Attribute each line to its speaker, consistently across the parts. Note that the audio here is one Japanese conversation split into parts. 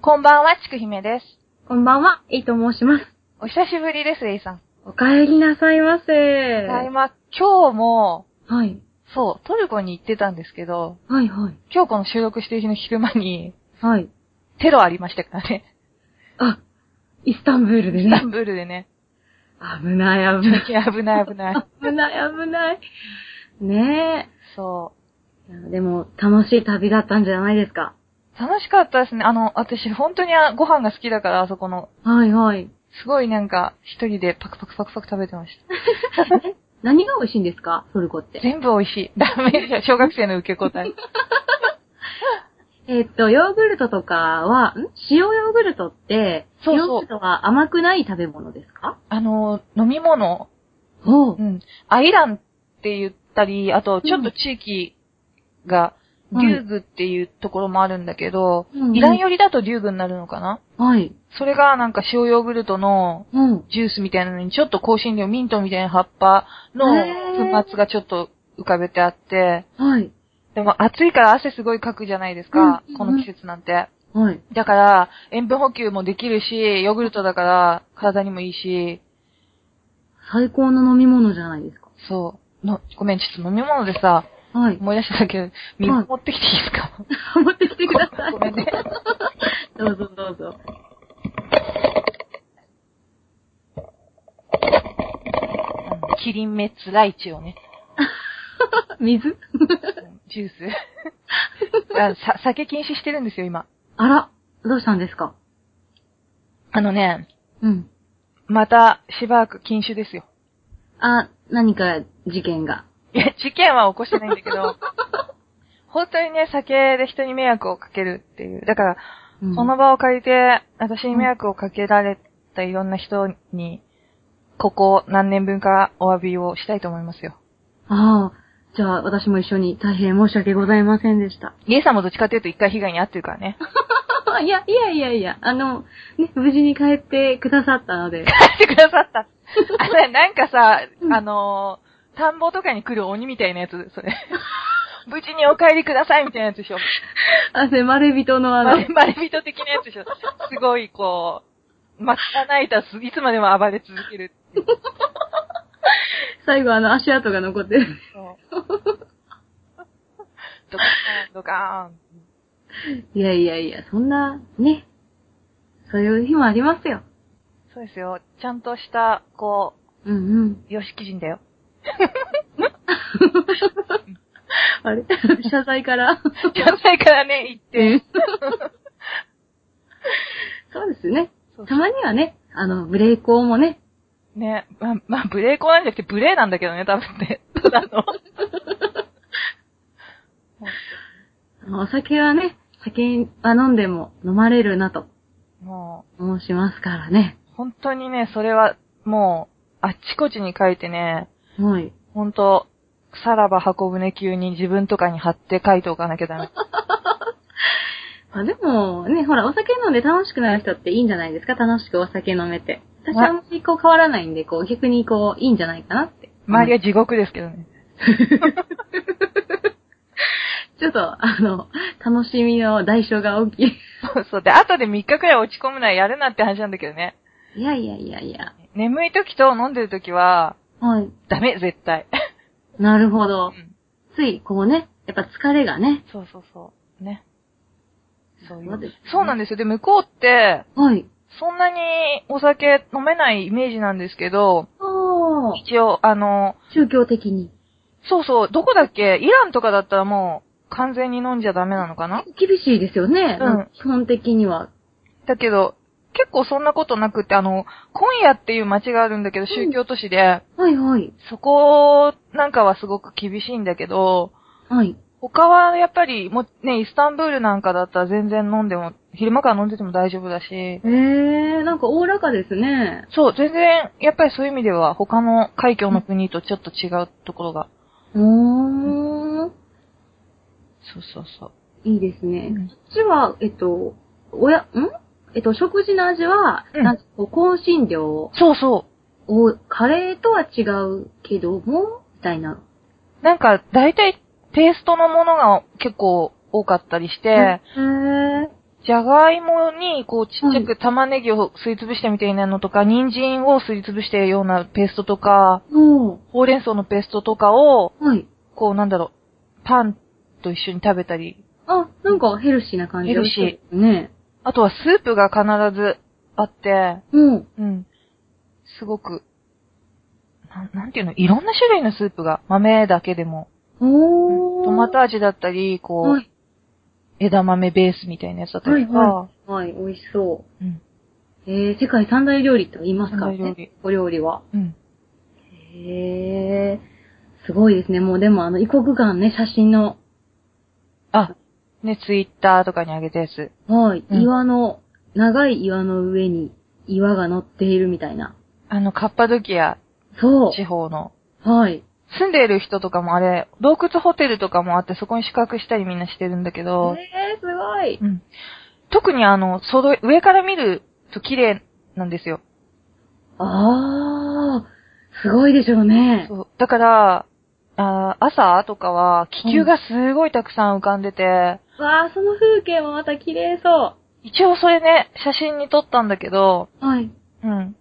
Speaker 1: こんばんは、ちくひめです。
Speaker 2: こんばんは、いいと申します。
Speaker 1: お久しぶりです、エイさん。
Speaker 2: お帰りなさいませ。
Speaker 1: ただいま、今日も、
Speaker 2: はい。
Speaker 1: そう、トルコに行ってたんですけど、
Speaker 2: はい、はい。
Speaker 1: 今日この収録してる日の昼間に、
Speaker 2: はい。
Speaker 1: テロありましたからね。
Speaker 2: あ、イスタンブールで
Speaker 1: イスタ
Speaker 2: ね
Speaker 1: ン。ブールでね。
Speaker 2: 危ない、危ない。
Speaker 1: 危ない危 ない。
Speaker 2: 危ない、危ない。ね
Speaker 1: そ
Speaker 2: えいや。でも、楽しい旅だったんじゃないですか。
Speaker 1: う。楽しかったですね。あの、私、本当にあご飯が好きだから、あそこの、
Speaker 2: はい、はい。
Speaker 1: すごいなんか、一人でパクパクパクパク食べてました。
Speaker 2: 何が美味しいんですかトルコって。
Speaker 1: 全部美味しい。ダメでしょ、小学生の受け答え。
Speaker 2: えっと、ヨーグルトとかは、ん塩ヨーグルトって、
Speaker 1: そうそう
Speaker 2: ヨーグルトは甘くない食べ物ですか
Speaker 1: あの、飲み物、
Speaker 2: おう
Speaker 1: う。ん。アイランって言ったり、あと、ちょっと地域が、
Speaker 2: うん
Speaker 1: リューグっていうところもあるんだけど、
Speaker 2: うん
Speaker 1: イラン寄りだとリューグになるのかな
Speaker 2: はい。
Speaker 1: それがなんか塩ヨーグルトの
Speaker 2: うん。
Speaker 1: ジュースみたいなのにちょっと香辛料、ミントみたいな葉っぱ
Speaker 2: へー
Speaker 1: の粉末がちょっと浮かべてあって、
Speaker 2: はい。
Speaker 1: でも暑いから汗すごいかくじゃないですか、
Speaker 2: うん
Speaker 1: この季節なんて。
Speaker 2: はい。
Speaker 1: だから、塩分補給もできるし、ヨーグルトだから体にもいいし、
Speaker 2: 最高の飲み物じゃないですか。
Speaker 1: そう。の、ごめん、ちょっと飲み物でさ、
Speaker 2: はい。
Speaker 1: 思い出しただけど、水持ってきていいですか、
Speaker 2: 持ってきてください。
Speaker 1: ごめんね。
Speaker 2: どうぞどうぞ。
Speaker 1: あのキリンメッツライチをね、
Speaker 2: 水
Speaker 1: ジュー ス。あさ酒禁止してるんですよ、今。
Speaker 2: あら、どうしたんですか
Speaker 1: あのね、
Speaker 2: うん。
Speaker 1: またしばらく禁酒ですよ。
Speaker 2: あ、何か事件が。
Speaker 1: いや、事件は起こしてないんだけど、本当にね、酒で人に迷惑をかけるっていう。だから、
Speaker 2: うん
Speaker 1: この場を借りて、私に迷惑をかけられたいろんな人に、ここ何年分かお詫びをしたいと思いますよ。
Speaker 2: ああ、じゃあ私も一緒に大変申し訳ございませんでした。
Speaker 1: イエさんもどっちかっていうと一回被害に遭ってるからね。
Speaker 2: いや、いやいやいや、あの、ね、無事に帰ってくださったの で。
Speaker 1: 帰ってくださ った。あれ、なんかさ、
Speaker 2: うん
Speaker 1: あのー田んぼとかに来る鬼みたいなやつ、そ れ。無事にお帰りくださいみたいなやつでしょ。
Speaker 2: 汗まれ人のあ
Speaker 1: ま
Speaker 2: の
Speaker 1: れ、、まれ人的なやつでしょ。すごい、こう、また泣いたす、いつまでも暴れ続けるっていう。
Speaker 2: 最後あの足跡が残ってる。
Speaker 1: そうドカーン、ドカーン。
Speaker 2: いやいやいや、そんな、ね。そういう日もありますよ。
Speaker 1: そうですよ。ちゃんとした、こ
Speaker 2: うんうん。
Speaker 1: う、様式人 だよ。
Speaker 2: あれ 謝罪から。
Speaker 1: 関西からね、行って。
Speaker 2: そうですね。
Speaker 1: そう
Speaker 2: たまにはね、あの、ブレイクもね、
Speaker 1: ね、ま、まあ、ブレーコーなんじゃなくて、ブレーなんだけどね、多分ね。ただの。
Speaker 2: あのお酒はね、酒は飲んでも飲まれるなと
Speaker 1: も
Speaker 2: 申しますからね。
Speaker 1: う、本当にね、それは、もう、あっちこっちに書いてね、
Speaker 2: はい。
Speaker 1: 本当さらば箱舟級に自分とかに貼って書いておかなきゃダメ。
Speaker 2: あでも、ね、ほら、お酒飲んで楽しくなる人っていいんじゃないですか楽しくお酒飲めて。私
Speaker 1: はい
Speaker 2: あんまりこう変わらないんで、こう逆にこう、いいんじゃないかなって。
Speaker 1: 周りは地獄ですけどね。
Speaker 2: ちょっと、あの、楽しみの代償が大きい。
Speaker 1: そうそう。で、後で3日くらい落ち込むならやるなって話なんだけどね。
Speaker 2: いやいやいやいや。
Speaker 1: 眠い時と飲んでる時は、
Speaker 2: はい。
Speaker 1: ダメ、絶対。
Speaker 2: なるほ
Speaker 1: う
Speaker 2: ど。
Speaker 1: ん。
Speaker 2: つい、こうね、やっぱ疲れがね。
Speaker 1: そうそうそう。ね。そうい
Speaker 2: そうで
Speaker 1: う
Speaker 2: すね。
Speaker 1: そうなんですよ。で、向こうって、
Speaker 2: はい。
Speaker 1: そんなにお酒飲めないイメージなんですけど、
Speaker 2: ああ、
Speaker 1: 一応、あの、
Speaker 2: 宗教的に。
Speaker 1: そうそう、どこだっけイランとかだったらもう完全に飲んじゃダメなのかな
Speaker 2: 厳しいですよね。
Speaker 1: うん
Speaker 2: 基本的には。
Speaker 1: だけど、結構そんなことなくて、あの、今夜っていう街があるんだけど、宗教都市で、
Speaker 2: はいはい。
Speaker 1: そこなんかはすごく厳しいんだけど、
Speaker 2: はい。
Speaker 1: 他はやっぱり、もうね、イスタンブールなんかだったら全然飲んでも、昼間から飲んでても大丈夫だし、
Speaker 2: えー、なんかおおらかですね。
Speaker 1: そう、全然、やっぱりそういう意味では、他の海峡の国とちょっと違うところが、
Speaker 2: うー
Speaker 1: そ
Speaker 2: ん。
Speaker 1: うそうそう。
Speaker 2: いいですね
Speaker 1: うん。
Speaker 2: こっちは、えっと、おや、んえっと、食事の味は、
Speaker 1: うん
Speaker 2: なんかこう、香辛料
Speaker 1: そうそう。
Speaker 2: を、カレーとは違うけども、みたいな。
Speaker 1: なんか、大体、ペーストのものが結構多かったりして、
Speaker 2: へー。
Speaker 1: じゃがいもに、こう、ちっちゃく玉ねぎをすりつぶしたみたいなのとか、人参をすりつぶしたようなペーストとか、
Speaker 2: おー。
Speaker 1: ほうれん草のペーストとかを、
Speaker 2: はい。
Speaker 1: こう、なんだろう、パンと一緒に食べたり、
Speaker 2: あ、なんかヘルシーな感じ
Speaker 1: ヘルシー
Speaker 2: 美味しそうですね。
Speaker 1: あとはスープが必ずあって、
Speaker 2: うん。
Speaker 1: うん。すごく、なんなんていうの、いろんな種類のスープが、豆だけでも、
Speaker 2: おー。
Speaker 1: トマト味だったり、こう、
Speaker 2: はい。
Speaker 1: 枝豆ベースみたいなやつだったりとか、
Speaker 2: ははい、美味しそう。
Speaker 1: うん。
Speaker 2: えー、世界三大料理と言いますから
Speaker 1: 三大料
Speaker 2: ね
Speaker 1: 理。
Speaker 2: お料理は。
Speaker 1: うん。
Speaker 2: へー。すごいですね。もうでもあの、異国館ね、写真の、
Speaker 1: あ、ね、ツイッターとかにあげたやつ。
Speaker 2: はい、
Speaker 1: うん
Speaker 2: 岩の、長い岩の上に岩が乗っているみたいな。
Speaker 1: あの、カッパドキア
Speaker 2: そ
Speaker 1: 地方の。
Speaker 2: う。はい。
Speaker 1: 住んでいる人とかもあれ、洞窟ホテルとかもあって、そこに宿泊したりみんなしてるんだけど、
Speaker 2: えー、すごい。
Speaker 1: うん。特にあの、その上から見ると綺麗なんですよ。
Speaker 2: あー、すごいでしょうね。
Speaker 1: そう。だから、あー朝とかは気球がすごいたくさん浮かんでて、
Speaker 2: わー、その風景もまた綺麗そ
Speaker 1: 一応それね、写真に撮ったんだけど、
Speaker 2: う。はい。
Speaker 1: うん。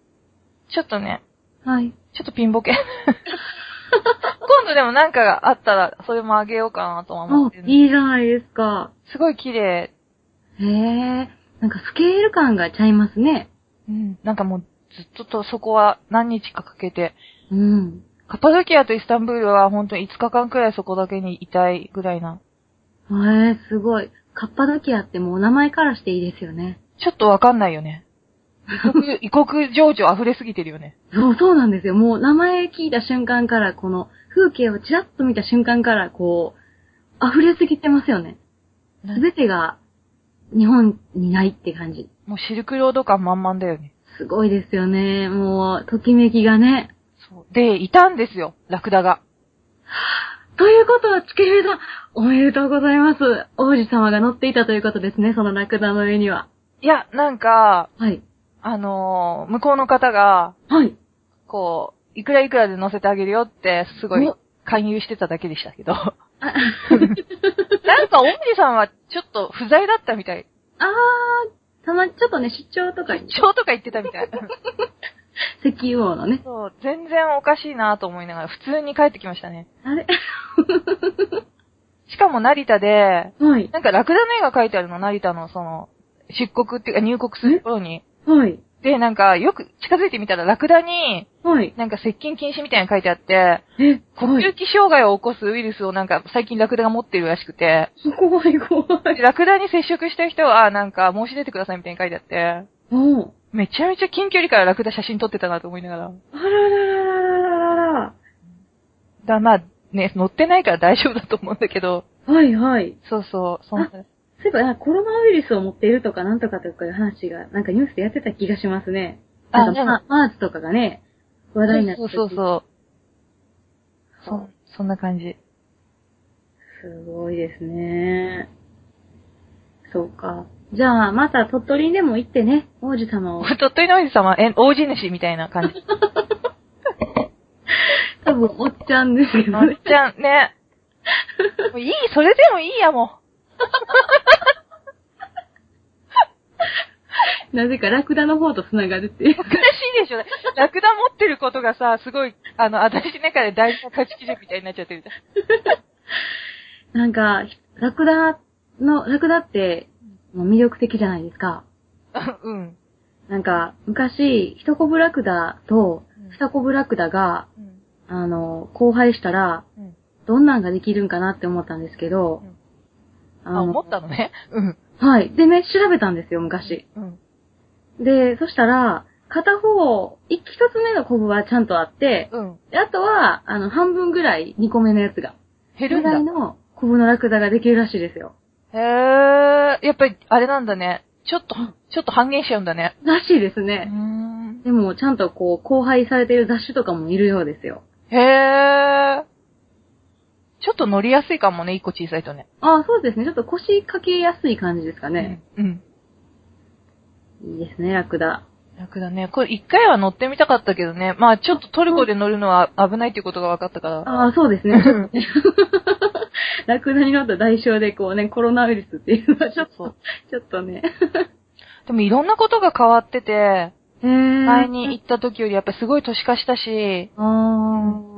Speaker 1: ちょっとね、
Speaker 2: はい。
Speaker 1: ちょっとピンボケ。今度でもなんかがあったら、それもあげようかなとは思
Speaker 2: あ
Speaker 1: って、る。
Speaker 2: いいじゃないですか。
Speaker 1: すごい綺麗。
Speaker 2: へえ、なんかスケール感がちゃいますね。
Speaker 1: うん。なんかもう、ずっととそこは何日かかけて、
Speaker 2: うん。
Speaker 1: カッパドキアとイスタンブールは本当に5日間くらいそこだけにいたいぐらいな。
Speaker 2: へえ、すごい。カッパドキアってもうお名前からしていいですよね。
Speaker 1: ちょっとわかんないよね。異国、異 国情緒溢れすぎてるよね。
Speaker 2: そう、そうなんですよ。もう名前聞いた瞬間から、この風景をちらっと見た瞬間から、こう、溢れすぎてますよね。
Speaker 1: な
Speaker 2: すべてが日本にないって感じ。
Speaker 1: もうシルクロード感満々だよね。
Speaker 2: すごいですよね。もう、ときめきがね。
Speaker 1: そう。で、いたんですよ、ラクダが。
Speaker 2: ということは、チケヘイさん、おめでとうございます。王子様が乗っていたということですね、そのラクダの上には。
Speaker 1: いや、なんか、
Speaker 2: はい。
Speaker 1: あのー向こうの方が、
Speaker 2: はい。
Speaker 1: こう、いくらいくらで乗せてあげるよって、すごい
Speaker 2: お、
Speaker 1: 勧誘してただけでしたけ ど。なんか、おみりさんは、ちょっと、不在だったみたい。
Speaker 2: あー、たま、ちょっとね、出張とかに、
Speaker 1: 超とか言ってたみたい。
Speaker 2: 石油王のね。
Speaker 1: そう、全然おかしいなと思いながら、普通に帰ってきましたね。
Speaker 2: あれ
Speaker 1: しかも、成田で、
Speaker 2: はい。
Speaker 1: なんか、ラクダの絵が書いてあるの、成田の、その、出国っていうか、入国する頃に。
Speaker 2: はい。
Speaker 1: で、なんか、よく近づいてみたら、ラクダに、
Speaker 2: はい。
Speaker 1: なんか接近禁止みたいなの書いてあって、
Speaker 2: え、
Speaker 1: 呼吸器障害を起こすウイルスをなんか最近ラクダが持ってるらしくて、
Speaker 2: 怖い怖
Speaker 1: で
Speaker 2: い。
Speaker 1: ラクダに接触した人はなんか申し出てくださいみたいに書いてあって、
Speaker 2: おう。
Speaker 1: めちゃめちゃ近距離からラクダ写真撮ってたなと思いながら。
Speaker 2: あららららららら
Speaker 1: だ、まあね、乗ってないから大丈夫だと思うんだけど、
Speaker 2: ら。はいはい。
Speaker 1: そうそう、そんな、
Speaker 2: そういえば、なんかコロナウイルスを持っているとかなんとかとかいう話が、なんかニュースでやってた気がしますね。
Speaker 1: あ
Speaker 2: なんか
Speaker 1: でも
Speaker 2: ママーズとかがね、話題になって
Speaker 1: そう
Speaker 2: て
Speaker 1: そうそう、そ
Speaker 2: そ
Speaker 1: んそんな感じ。
Speaker 2: うすごいですね。そうか。じゃあ、また鳥取にでも行ってね、王子 様を。
Speaker 1: 鳥取の王子様、え、王子主みたいな感 じ。
Speaker 2: 多分、おっちゃんですけど
Speaker 1: まっ
Speaker 2: ね。
Speaker 1: ちゃん、ね。もういい、それでもいいや、も
Speaker 2: なぜかラクダの方と繋がるっていう
Speaker 1: う。。おかしいでしょ。ラクダ持ってることがさ、すごい、あの、私の中で大事な価値基準みたいになっちゃってるじゃん。
Speaker 2: なんか、ラクダの、ラクダって、もう魅力的じゃないですか。
Speaker 1: うん。
Speaker 2: なんか、昔、一コブラクダと
Speaker 1: うん
Speaker 2: 二コブラクダが、
Speaker 1: うん。
Speaker 2: あの、交配したら、
Speaker 1: うん。
Speaker 2: どんなんができるんかなって思ったんですけど、あ
Speaker 1: あ、思ったのね。 うん。
Speaker 2: はい。でね、調べたんですよ、昔。
Speaker 1: うん。
Speaker 2: で、そしたら、片方、い一つ目のコブはちゃんとあって、
Speaker 1: うん。
Speaker 2: であとは、あの、半分ぐらい、二個目のやつが。
Speaker 1: 減る
Speaker 2: ぐらい
Speaker 1: ん
Speaker 2: のコブのラクダができるらしいですよ。
Speaker 1: だ。へえ、やっぱり、あれなんだね。ちょっと、ちょっと半減しちゃうんだね。
Speaker 2: らしいです
Speaker 1: うー
Speaker 2: ね。
Speaker 1: ん。
Speaker 2: でも、ちゃんとこう、交配されてる雑種とかもいるようですよ。
Speaker 1: へえ。ちょっと乗りやすいかもね、一個小さいとね。
Speaker 2: あそうですね。ちょっと腰掛けやすい感じですかね。
Speaker 1: うん。うん。
Speaker 2: いいですね、ラクダ。
Speaker 1: 楽だね。これ一回は乗ってみたかったけどね。まあ ちょっとトルコで乗るのは危ないっていうことが分かったから。
Speaker 2: ああ、そうですね。ラクダになった代償でこうね、コロナウイルスっていうのはちょっ
Speaker 1: そう
Speaker 2: と、ちょっとね。
Speaker 1: でもいろんなことが変わってて、
Speaker 2: へ ぇ
Speaker 1: 前に行った時よりやっぱすごい都市化したし、
Speaker 2: あー。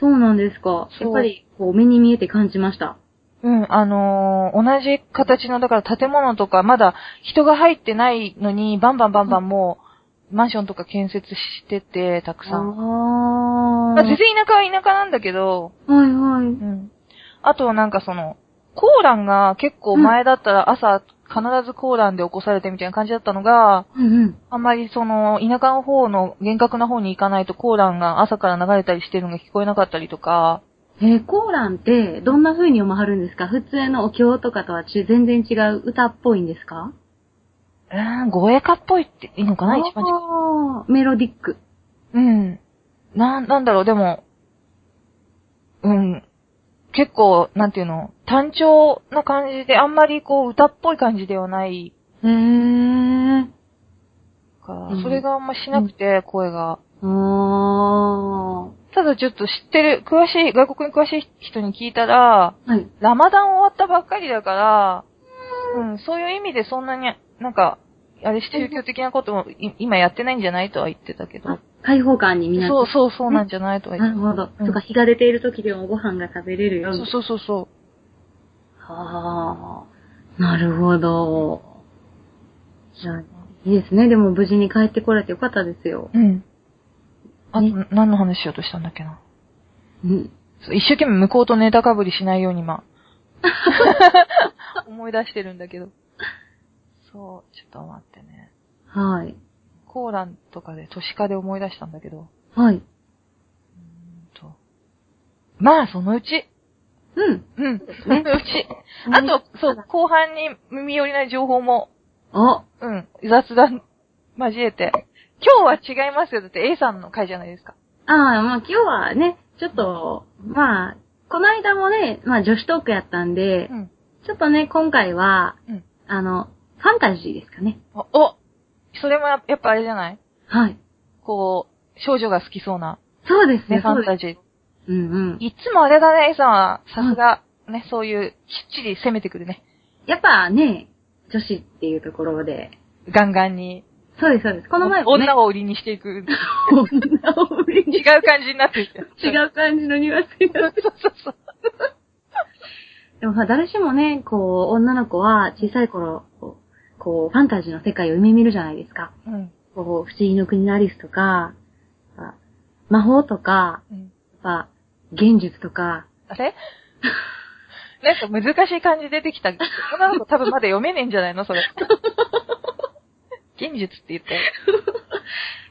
Speaker 2: そうなんですか。
Speaker 1: そう
Speaker 2: やっぱり、こう、目に見えて感じました。
Speaker 1: うん、あのー同じ形の、だから建物とか、まだ人が入ってないのに、バンバンバンバンもう、マンションとか建設してて、たくさん。
Speaker 2: あ
Speaker 1: まあ、全然田舎は田舎なんだけど、
Speaker 2: あ。はいはい。
Speaker 1: うん。あとなんかその、コーランが結構前だったら朝必ずコーランで起こされてみたいな感じだったのが、
Speaker 2: うんうん。
Speaker 1: あんまりその、田舎の方の厳格な方に行かないとコーランが朝から流れたりしてるのが聞こえなかったりとか、
Speaker 2: えーコーランって、どんな風に読まはるんですか普通のお経とかとはち全然違う歌っぽいんですか
Speaker 1: うーん、護衛歌っぽいっていいのかな一番近い
Speaker 2: あーメロディック。
Speaker 1: うん。なん、なんだろう、でも、うん。結構、なんていうの、単調な感じで、あんまりこう、歌っぽい感じではない
Speaker 2: へー。
Speaker 1: から、
Speaker 2: うん
Speaker 1: それがあんましなくて、声が。
Speaker 2: あ
Speaker 1: ただちょっと知ってる、詳しい、外国に詳しい人に聞いたら、
Speaker 2: ー。はい。
Speaker 1: ラマダン終わったばっかりだから、うん、そういう意味でそんなに、なんか、あれ、宗教的なこともい今やってないんじゃないとは言ってたけど
Speaker 2: あ。、開放感にみんな。
Speaker 1: そうそうそうなんじゃないとは言っ
Speaker 2: なる
Speaker 1: て
Speaker 2: ほど。
Speaker 1: うん
Speaker 2: とか、日が出ている時でもご飯が食べれる
Speaker 1: た。
Speaker 2: よう
Speaker 1: そ
Speaker 2: に
Speaker 1: う。そうそうそう。
Speaker 2: はあ、なるほど。じゃあ、いいですね。でも無事に帰ってこれてよかったですよ。
Speaker 1: うん。あと
Speaker 2: ね、
Speaker 1: 何の話しようとしたんだっけな。
Speaker 2: うん。
Speaker 1: そう一生懸命向こうとネタかぶりしないように今。思い出してるんだけど。そう、ちょっと待ってね。
Speaker 2: はい。
Speaker 1: コーランとかで都市化で思い出したんだけど。
Speaker 2: はい。
Speaker 1: うんとまあ、そのうち。
Speaker 2: うん。
Speaker 1: うん、そのうち。あと、そう、後半に耳寄りない情報も、
Speaker 2: あ、
Speaker 1: うん、雑談交えて。今日は違いますよ。だって A さんの回じゃないですか。
Speaker 2: ああ、まあ今日はね、ちょっと、まあ、この間もね、まあ女子トークやったんで、
Speaker 1: うん。
Speaker 2: ちょっとね、今回は、
Speaker 1: うん
Speaker 2: あの、ファンタジーですかね。
Speaker 1: お、おそれもややっぱあれじゃない
Speaker 2: はい。
Speaker 1: こう、少女が好きそうな、
Speaker 2: そうです
Speaker 1: ね、
Speaker 2: ね、
Speaker 1: ファ
Speaker 2: そう
Speaker 1: ンタ
Speaker 2: です。
Speaker 1: ジー。
Speaker 2: うんうん。
Speaker 1: いつもあれだね、A さんは、さすが、ね、そういう、きっちり攻めてくるね。
Speaker 2: やっぱね、女子っていうところで、
Speaker 1: ガンガンに。
Speaker 2: そうです、そうです。この前もね、
Speaker 1: 女を売りにしてい く。
Speaker 2: 女を売り
Speaker 1: 違
Speaker 2: に
Speaker 1: う感じになってきて。
Speaker 2: 違
Speaker 1: う。
Speaker 2: う感じのニュアンス になる。
Speaker 1: そうそうそう。
Speaker 2: でもさ、誰しもね、こう、女の子は小さい頃、こう、こうファンタジーの世界を夢見るじゃないですか。
Speaker 1: うん。
Speaker 2: こう、不思議の国のアリスとか、あ魔法とか、
Speaker 1: うん。
Speaker 2: やっぱ、現実とか、
Speaker 1: あ れなんか難しい感じ出てきた。女の子多分まだ読めねえんじゃないのそ れ。現実って言って。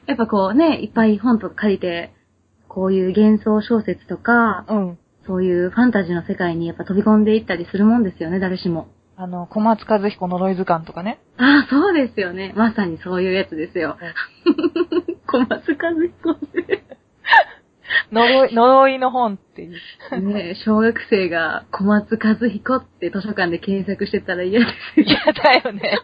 Speaker 2: やっぱこうね、いっぱい本とか借りて、こういう幻想小説とか、
Speaker 1: うん。
Speaker 2: そういうファンタジーの世界にやっぱ飛び込んでいったりするもんですよね、誰しも。
Speaker 1: あの、小松和彦呪い図鑑とかね。
Speaker 2: ああ、そうですよね。まさにそういうやつですよ。小松和彦先生
Speaker 1: 呪 い、呪いの本っていう。
Speaker 2: ねえ、小学生が小松和彦って図書館で検索してたら嫌ですよ。
Speaker 1: 嫌だよね。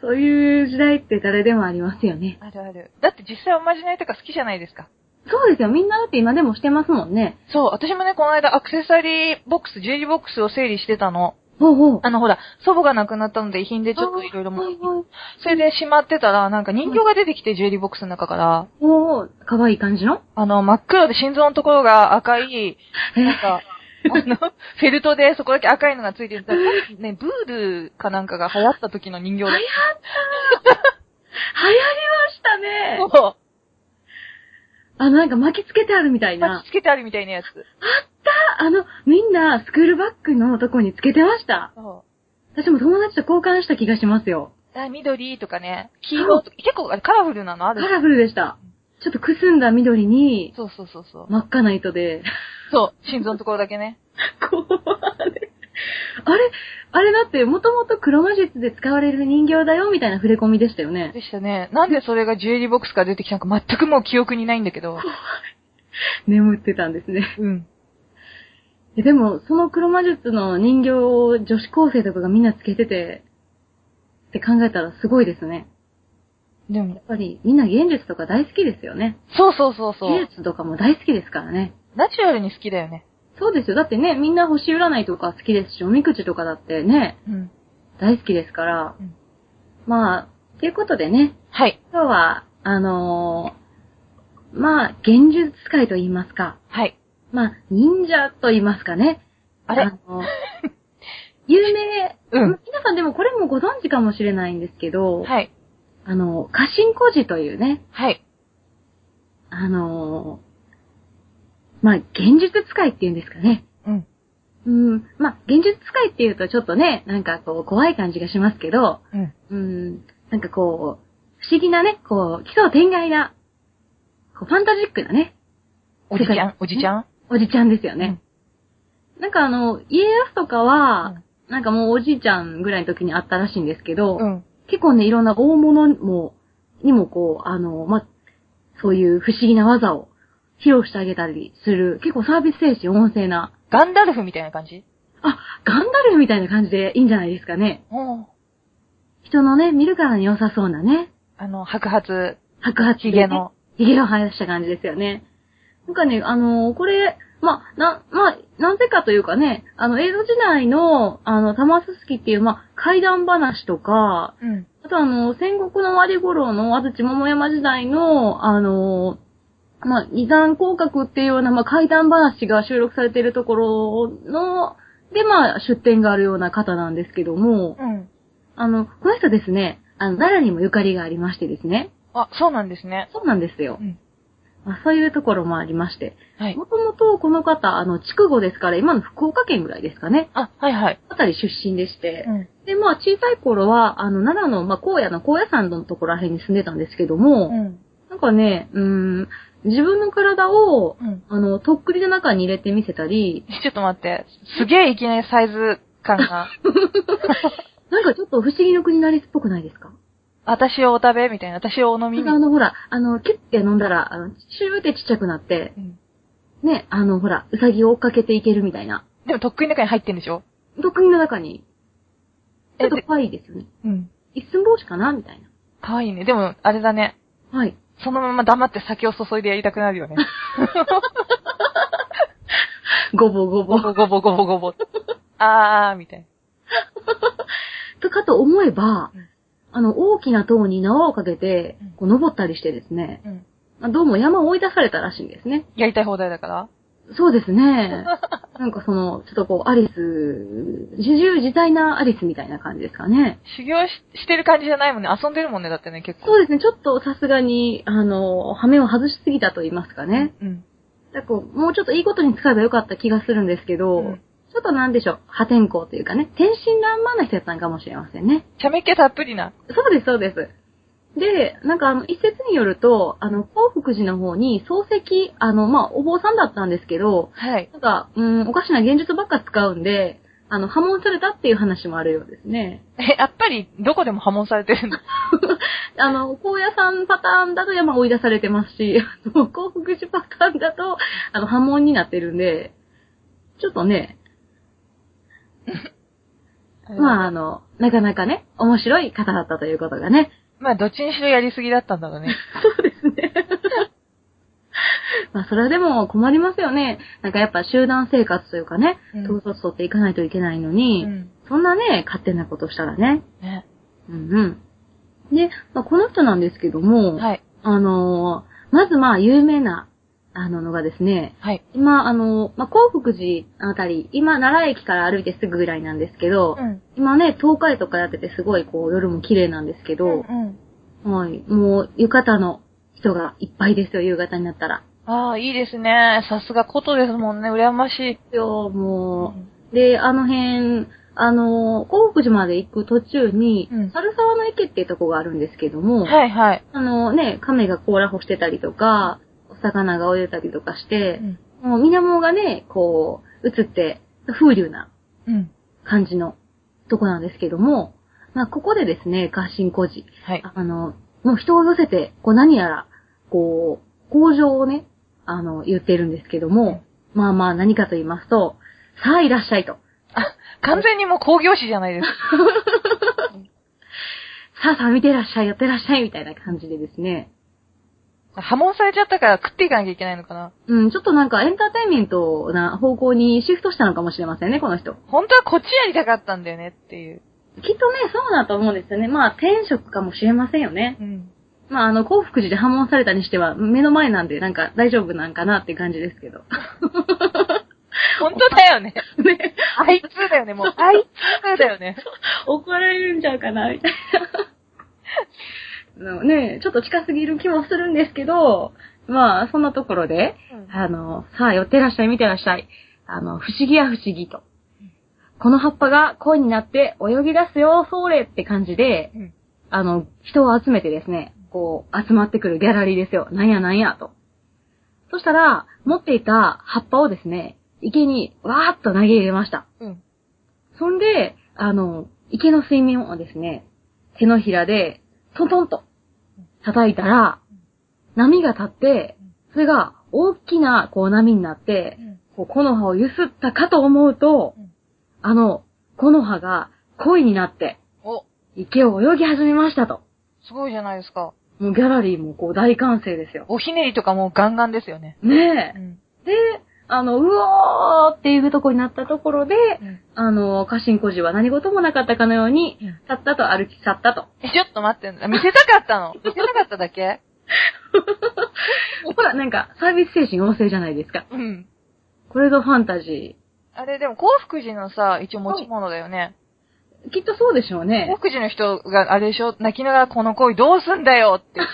Speaker 2: そういう時代って誰でもありますよね。
Speaker 1: あるある。だって実際おまじないとか好きじゃないですか。
Speaker 2: そうですよ。みんなだって今でもしてますもんね。
Speaker 1: そう、私もね、この間アクセサリーボックス、ジュエリーボックスを整理してたの。
Speaker 2: ほうほう。
Speaker 1: あの、ほら、祖母が亡くなったので遺品でちょっといろいろもらって
Speaker 2: も。
Speaker 1: それでしまってたら、なんか人形が出てきて、ジュエリーボックスの中から、
Speaker 2: おお、かわいい感じの
Speaker 1: あの、真っ黒で心臓のところが赤い、
Speaker 2: え
Speaker 1: なん か、あの、フェルトでそこだけ赤いのがついてる。だからね、ブールかなんかが流行った時の人形だっ
Speaker 2: 流行りましたね
Speaker 1: た。そう。
Speaker 2: あの、なんか巻きつけてあるみたいな
Speaker 1: 巻き。つけてあるみたいなやつ。
Speaker 2: ああの、みんなスクールバッグのとこにつけてました。
Speaker 1: そ
Speaker 2: 私も友達と交換した気がしますよ。
Speaker 1: う。あ緑とかね、黄色とか、結構あれカラフルなのあ
Speaker 2: カ
Speaker 1: る
Speaker 2: ラフルでした。ちょっとくすんだ緑に、
Speaker 1: そうそうそうそう。
Speaker 2: 真っ赤な糸で、
Speaker 1: そう、心臓のところだけね。
Speaker 2: こう、あれ、あれ、あれだって、もともと黒魔術で使われる人形だよ、みたいな触れ込みでしたよね。
Speaker 1: でしたね。なんでそれがジュエリーボックスから出てきたのか全くもう記憶にないんだけど。
Speaker 2: 眠ってたんですね。
Speaker 1: うん。
Speaker 2: えでも、その黒魔術の人形を女子高生とかがみんなつけてて、って考えたらすごいですね。
Speaker 1: で
Speaker 2: や
Speaker 1: も
Speaker 2: っ、ぱりみんな現実とか大好きですよね。
Speaker 1: そうそうそうそ
Speaker 2: 技
Speaker 1: う。
Speaker 2: 術とかも大好きですからね。
Speaker 1: ナチュラルに好きだよね。
Speaker 2: そうですよ。だってね、みんな星占いとか好きですし、おみくじとかだってね、
Speaker 1: うん。
Speaker 2: 大好きですから。
Speaker 1: うん
Speaker 2: まあ、ということでね、
Speaker 1: はい。
Speaker 2: 今日は、あのーまあ、現実界と言いますか、
Speaker 1: はい。
Speaker 2: まあ、忍者と言いますかね。
Speaker 1: あれ
Speaker 2: の有名、
Speaker 1: うん
Speaker 2: 皆さんでもこれもご存知かもしれないんですけど、
Speaker 1: はい。
Speaker 2: あの、過信孤児というね、
Speaker 1: はい。
Speaker 2: あのーまあ、現実使いっていうんですかね。
Speaker 1: うん。
Speaker 2: うん、まあ、現実使いっていうとちょっとね、なんかこう、怖い感じがしますけど、
Speaker 1: うん。
Speaker 2: うん、なんかこう、不思議なね、こう、奇想天外な、こう、ファンタジックなね、
Speaker 1: おじちゃん、おじちゃん
Speaker 2: おじちゃんですよね。なんかあの、家康とかは、なんかもうおじいちゃんぐらいの時にあったらしいんですけど、
Speaker 1: うん。
Speaker 2: 結構ね、いろんな大物も、にもこう、あの、まあ、そういう不思議な技を披露してあげたりする、結構サービス精神旺盛な、
Speaker 1: ガンダルフみたいな感じ
Speaker 2: あ、ガンダルフみたいな感じでいいんじゃないですかね。
Speaker 1: おー
Speaker 2: 人のね、見るからに良さそうなね、
Speaker 1: あの、白髪、
Speaker 2: 白髪
Speaker 1: ヒゲ
Speaker 2: でね
Speaker 1: の。
Speaker 2: 髭を生やした感じですよね。なんかね、あのーこれ、まあ、な、まあ、なぜかというかね、あの、江戸時代の、あの、玉すすきっていう、まあ、怪談話とか、
Speaker 1: うん。
Speaker 2: あとあの、戦国の終わり頃の安土桃山時代の、あのーまあ、二段広角っていうような、まあ、怪談話が収録されているところの、で、まあ、出典があるような方なんですけども、
Speaker 1: うん。
Speaker 2: あの、この人ですね、あの、奈良にもゆかりがありましてですね、
Speaker 1: あ、そうなんですね。
Speaker 2: そうなんですよ。
Speaker 1: うん。
Speaker 2: まあ、そういうところもありまして。
Speaker 1: はい。
Speaker 2: もともとこの方、あの、筑後ですから、今の福岡県ぐらいですかね。
Speaker 1: あ、はいはい。
Speaker 2: あたり出身でして
Speaker 1: う。ん。
Speaker 2: で、まあ、小さい頃は、あの、奈良の、まあ、荒野の荒野山のところら辺に住んでたんですけども、
Speaker 1: うん。
Speaker 2: なんかね、うーん、自分の体を、
Speaker 1: うん。
Speaker 2: あの、とっくりの中に入れてみせたり、
Speaker 1: ちょっと待って。すげえいきなりサイズ感 が。
Speaker 2: なんかちょっと不思議の国なりっぽくないですか
Speaker 1: 私をお食べみたいな。私をお飲みみた
Speaker 2: あ
Speaker 1: いな。
Speaker 2: の、ほら、あの、キュッて飲んだら、あの、シューってちっちゃくなって、
Speaker 1: うん。
Speaker 2: ね、あの、ほら、うさぎを追っかけていけるみたいな。
Speaker 1: でも、とっくりの中に入ってんでしょ
Speaker 2: とっくりの中に、ちょ
Speaker 1: え
Speaker 2: っと
Speaker 1: で
Speaker 2: 怖いですよね。
Speaker 1: うん。
Speaker 2: 一寸帽子かなみたいな。
Speaker 1: かわいいね。でも、あれだね。
Speaker 2: はい。
Speaker 1: そのまま黙って酒を注いでやりたくなるよね。
Speaker 2: ごぼうごぼ
Speaker 1: ご
Speaker 2: う。
Speaker 1: ぼごぼごぼごぼ。あー、みたい
Speaker 2: とかと思えば
Speaker 1: うん、
Speaker 2: あの、大きな塔に縄をかけて
Speaker 1: うん、
Speaker 2: こう、登ったりしてですね、
Speaker 1: な。うん。
Speaker 2: まあどうも山を追い出されたらしいんですね。
Speaker 1: やりたい放題だから。
Speaker 2: そうですね。 なんかその、ちょっとこう、アリス、自由自在なアリスみたいな感じですかね。
Speaker 1: 修行ししてる感じじゃないもんね。遊んでるもんね、だってね、結構。
Speaker 2: そうですね、ちょっとさすがに、あの、羽目を外しすぎたと言いますかね。
Speaker 1: うん。
Speaker 2: だからこうもうちょっといいことに使えばよかった気がするんですけど、
Speaker 1: うん
Speaker 2: ちょっとなんでしょう、破天荒というかね、天真爛漫な人やったのかもしれませんね。
Speaker 1: 茶目っ気たっぷりな。
Speaker 2: そうです、そうです。で、なんかあの、一説によると、あの、幸福寺の方に漱石、あの、まあ、お坊さんだったんですけど、
Speaker 1: はい。
Speaker 2: なんか、うん、おかしな現実ばっか使うんで、あの、破門されたっていう話もあるようですね。
Speaker 1: え、やっぱり、どこでも破門されてるんだ。
Speaker 2: あの、高野山パターンだと山追い出されてますし、あの、幸福寺パターンだと、あの、破門になってるんで、ちょっとね、まあ、あの、なかなかね、面白い方だったということがね、
Speaker 1: まあ、どっちにしろやりすぎだったんだろうね。
Speaker 2: そうですね。 まあ、それでも困りますよね。なんかやっぱ集団生活というかね、
Speaker 1: うん
Speaker 2: 統率取っていかないといけないの
Speaker 1: う
Speaker 2: に、
Speaker 1: ん。
Speaker 2: そんなね、勝手なことしたらね。
Speaker 1: ね。
Speaker 2: うんうん。で、まあ、この人なんですけども、
Speaker 1: はい。
Speaker 2: あのーまずまあ、有名な、あののがですね、
Speaker 1: はい。
Speaker 2: 今、あのーまあ、幸福寺あたり、今、奈良駅から歩いてすぐぐらいなんですけど、
Speaker 1: ん。
Speaker 2: 今ね、東海とかやっててすごいこう、夜も綺麗なんですけど、
Speaker 1: んうん。
Speaker 2: はい。もう、浴衣の人がいっぱいですよ、夕方になったら。
Speaker 1: ああ、いいですね。さすがことですもんね。羨ましい。
Speaker 2: よ、もう。で、あの辺、あの、幸福寺まで行く途中に、
Speaker 1: うん
Speaker 2: 猿沢の池っていうとこがあるんですけども、
Speaker 1: はいはい。
Speaker 2: あのね、亀が甲羅干してたりとか、お魚が泳いでたりとかして、もう水面がね、こう、映って、風流な
Speaker 1: うん。
Speaker 2: 感じのとこなんですけども、まあ、ここでですね、合心孤児、
Speaker 1: はい。
Speaker 2: あの、もう人を寄せて、こう何やら、こう、工場をね、あの、言ってるんですけども、まあまあ何かと言いますと、さあいらっしゃいと。
Speaker 1: 完全にもう工業誌じゃないですか。
Speaker 2: さあさあ見てらっしゃい、やってらっしゃい、みたいな感じでですね。
Speaker 1: 破門されちゃったから食っていかなきゃいけないのかな。
Speaker 2: うん、ちょっとなんかエンターテインメントな方向にシフトしたのかもしれませんね、この人。
Speaker 1: 本当はこっちやりたかったんだよねっていう。
Speaker 2: きっとね、そうだと思うんですよね。まあ、転職かもしれませんよね。
Speaker 1: うん。
Speaker 2: まあ、あの、幸福寺で破門されたにしては、目の前なんで、なんか大丈夫なんかなって感じですけど。
Speaker 1: 本当だよね。
Speaker 2: ね、
Speaker 1: あいつだよね、もう。あいつだよね。
Speaker 2: 怒られるんちゃうかな、みたいな。あのね、ちょっと近すぎる気もするんですけど、まあ、そんなところで、あの、さあ、寄ってらっしゃい、見てらっしゃい。あの、不思議や不思議と。この葉っぱが恋になって泳ぎ出すよ、それって感じで、
Speaker 1: うん
Speaker 2: あの、人を集めてですね、こう、集まってくるギャラリーですよ。なんやなんや、と。そしたら、持っていた葉っぱをですね、池にわーっと投げ入れました。
Speaker 1: うん。
Speaker 2: そんで、あの、池の水面をですね、手のひらで、トントンと叩いたら、波が立って、それが大きなこう波になって、こう木の葉を揺すったかと思うと
Speaker 1: うん、
Speaker 2: あの、木の葉が恋になって、
Speaker 1: お、
Speaker 2: 池を泳ぎ始めましたと。
Speaker 1: すごいじゃないですか。
Speaker 2: もうギャラリーもこう大歓声ですよ。
Speaker 1: おひねりとかもうガンガンですよね。
Speaker 2: ね
Speaker 1: う
Speaker 2: え。
Speaker 1: ん。
Speaker 2: で、あの、うおーっていうとこになったところで、
Speaker 1: うん
Speaker 2: あの、家臣小路は何事もなかったかのように、さったと歩き去ったと。
Speaker 1: え、ちょっと待って、見せたかったの。見せたかっただけ
Speaker 2: ほら、なんか、サービス精神旺盛じゃないですか。
Speaker 1: うん。
Speaker 2: これぞファンタジ
Speaker 1: あれ、でも、幸福寺のさ、一応持ち物だよね。
Speaker 2: ー。きっとそうでしょう
Speaker 1: 幸
Speaker 2: ね。
Speaker 1: 福寺の人が、あれでしょ、泣きながらこの恋どうすんだよ っていう。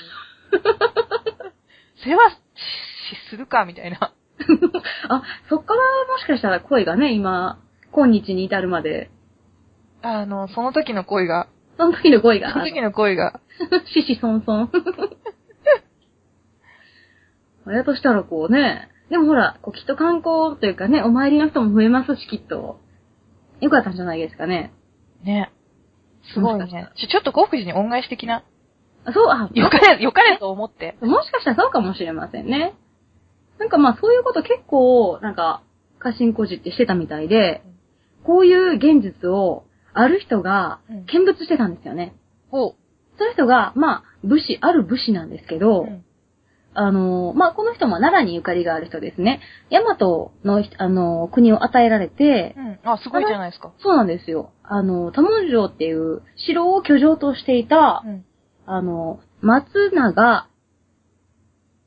Speaker 1: 世話し、しするかみたいな。
Speaker 2: あ、そっからもしかしたら恋がね、今、今日に至るまで、
Speaker 1: あの、その時の恋が、
Speaker 2: その時の恋が、
Speaker 1: その時
Speaker 2: 獅
Speaker 1: の恋が、
Speaker 2: 子孫孫。あれとしたらこうね、でもほら、こうきっと観光というかね、お参りの人も増えますし、きっと。よかったんじゃないですかね。
Speaker 1: ね。すごい
Speaker 2: もしかし
Speaker 1: ね。ちょ、ちょっと幸福寺に恩返し的な。
Speaker 2: あそう、あ、
Speaker 1: よか れ、よかれと思って。
Speaker 2: もしかしたらそうかもしれませんね。なんかまあそういうこと結構、なんか、過信孤児ってしてたみたいで、こういう現実をある人が
Speaker 1: うん
Speaker 2: 見物してたんですよね。
Speaker 1: ほ
Speaker 2: その人が、まあ、武士、ある武士なんですけど、
Speaker 1: う。うん。
Speaker 2: あのー、まあ、この人も奈良にゆかりがある人ですね。大和の、あのー、国を与えられて、
Speaker 1: うん。あ、すごいじゃないですか。
Speaker 2: そうなんですよ。あのー、多文城っていう城を居城としていた
Speaker 1: う、ん。
Speaker 2: あのー、松永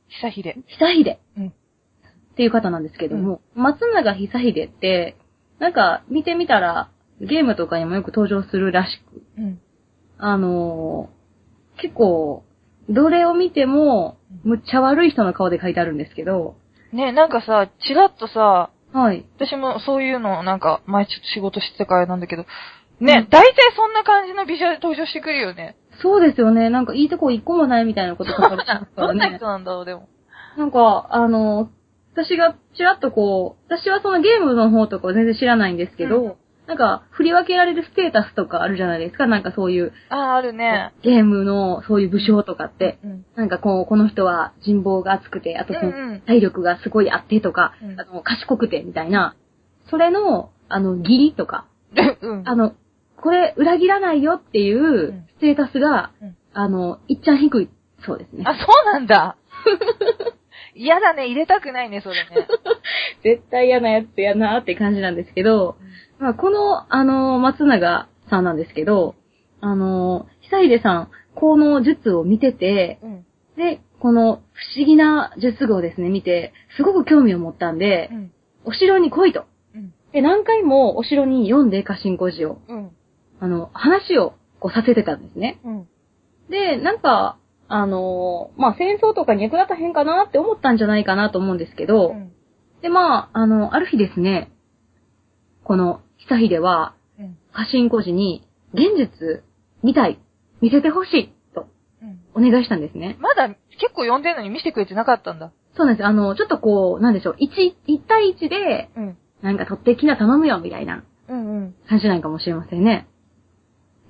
Speaker 1: 久秀。
Speaker 2: 久秀。
Speaker 1: うん
Speaker 2: っていう方なんですけども、松永久秀って、なんか見てみたら、ゲームとかにもよく登場するらしく、
Speaker 1: うん。
Speaker 2: あのー結構、どれを見ても、むっちゃ悪い人の顔で書いてあるんですけど、
Speaker 1: ねなんかさ、ちらっとさ、
Speaker 2: はい。
Speaker 1: 私もそういうの、なんか、前ちょっと仕事してたからなんだけど、ね、
Speaker 2: うん
Speaker 1: 大体そんな感じのビジュアルで登場してくるよね。
Speaker 2: そうですよね。なんかいいとこ一個もないみたいなこと書かれて ますか
Speaker 1: ど
Speaker 2: ら
Speaker 1: んな
Speaker 2: ね
Speaker 1: 人。なんだろう、でも。
Speaker 2: なんか、あのー私がちらっとこう、私はそのゲームの方とかは全然知らないんですけど、
Speaker 1: うん
Speaker 2: なんか、振り分けられるステータスとかあるじゃないですか。なんかそういう、
Speaker 1: ああ、あるね。
Speaker 2: ゲームのそういう武将とかって、
Speaker 1: うん。
Speaker 2: なんかこう、この人は人望が厚くて、あと
Speaker 1: う
Speaker 2: その
Speaker 1: んうん。
Speaker 2: 体力がすごいあってとか、
Speaker 1: うん
Speaker 2: あの、賢くてみたいな、それの、あの、義理とか、
Speaker 1: うん。
Speaker 2: あの、これ裏切らないよってい
Speaker 1: ん
Speaker 2: うステータスが、
Speaker 1: うん
Speaker 2: あの、いっちゃん低い、そうですね。
Speaker 1: あ、そうなん だ。嫌だね、入れたくないね、それね。
Speaker 2: 絶対嫌なやつやなーって感じなんですけど、まあ、この、あの、松永さんなんですけど、あの、久秀さん、この術を見てて、
Speaker 1: うん。
Speaker 2: で、この不思議な術具をですね、見て、すごく興味を持ったんで
Speaker 1: う、ん。
Speaker 2: お城に来いと。
Speaker 1: うん。
Speaker 2: で、何回もお城に読んで、家臣小路を、
Speaker 1: うん。
Speaker 2: あの、話をこうさせてたんですね。
Speaker 1: うん。
Speaker 2: で、なんか、あのーまあ、戦争とかに役立たへんかなって思ったんじゃないかなと思うんですけど、
Speaker 1: うん。
Speaker 2: で、まあ、あの、ある日ですね、この、久秀は、
Speaker 1: うん。
Speaker 2: 家臣小路に、現実、みたい、見せてほしい、と、
Speaker 1: うん。
Speaker 2: お願いしたんですね。
Speaker 1: まだ結構読んでるのに見せてくれてなかったんだ。
Speaker 2: そうなんです。あの、ちょっとこう、なんでしょう、一、一対一で、
Speaker 1: うん。
Speaker 2: なんか取ってきな頼むよ、みたいな
Speaker 1: うんうん。
Speaker 2: 感じなんかもしれませんね。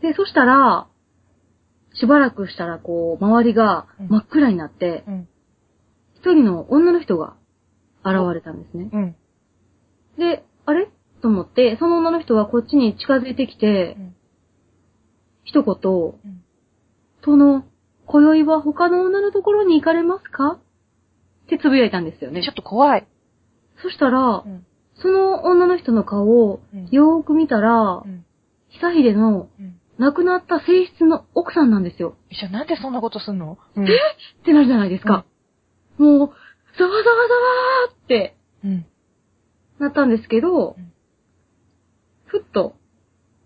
Speaker 2: で、そしたら、しばらくしたら、こう、周りが真っ暗になって
Speaker 1: う、ん。
Speaker 2: 一、人の女の人が現れたんですね。
Speaker 1: うん。
Speaker 2: で、あれと思って、その女の人がこっちに近づいてきて、
Speaker 1: うん
Speaker 2: 一言、殿、今宵は他の女のところに行かれますかってつぶやいたんですよね
Speaker 1: ちょ。っと怖い。
Speaker 2: そしたら
Speaker 1: う、ん。
Speaker 2: その女の人の顔を
Speaker 1: うん
Speaker 2: よーく見たら
Speaker 1: う、ん。
Speaker 2: 久秀の
Speaker 1: うん。
Speaker 2: 亡くなった性質の奥さんなんですよ。
Speaker 1: じゃあなんでそんなことすんのうん。
Speaker 2: ってなるじゃないですか。もう、ざわざわざわーって
Speaker 1: うん。
Speaker 2: なったんですけど
Speaker 1: うん、
Speaker 2: ふっと、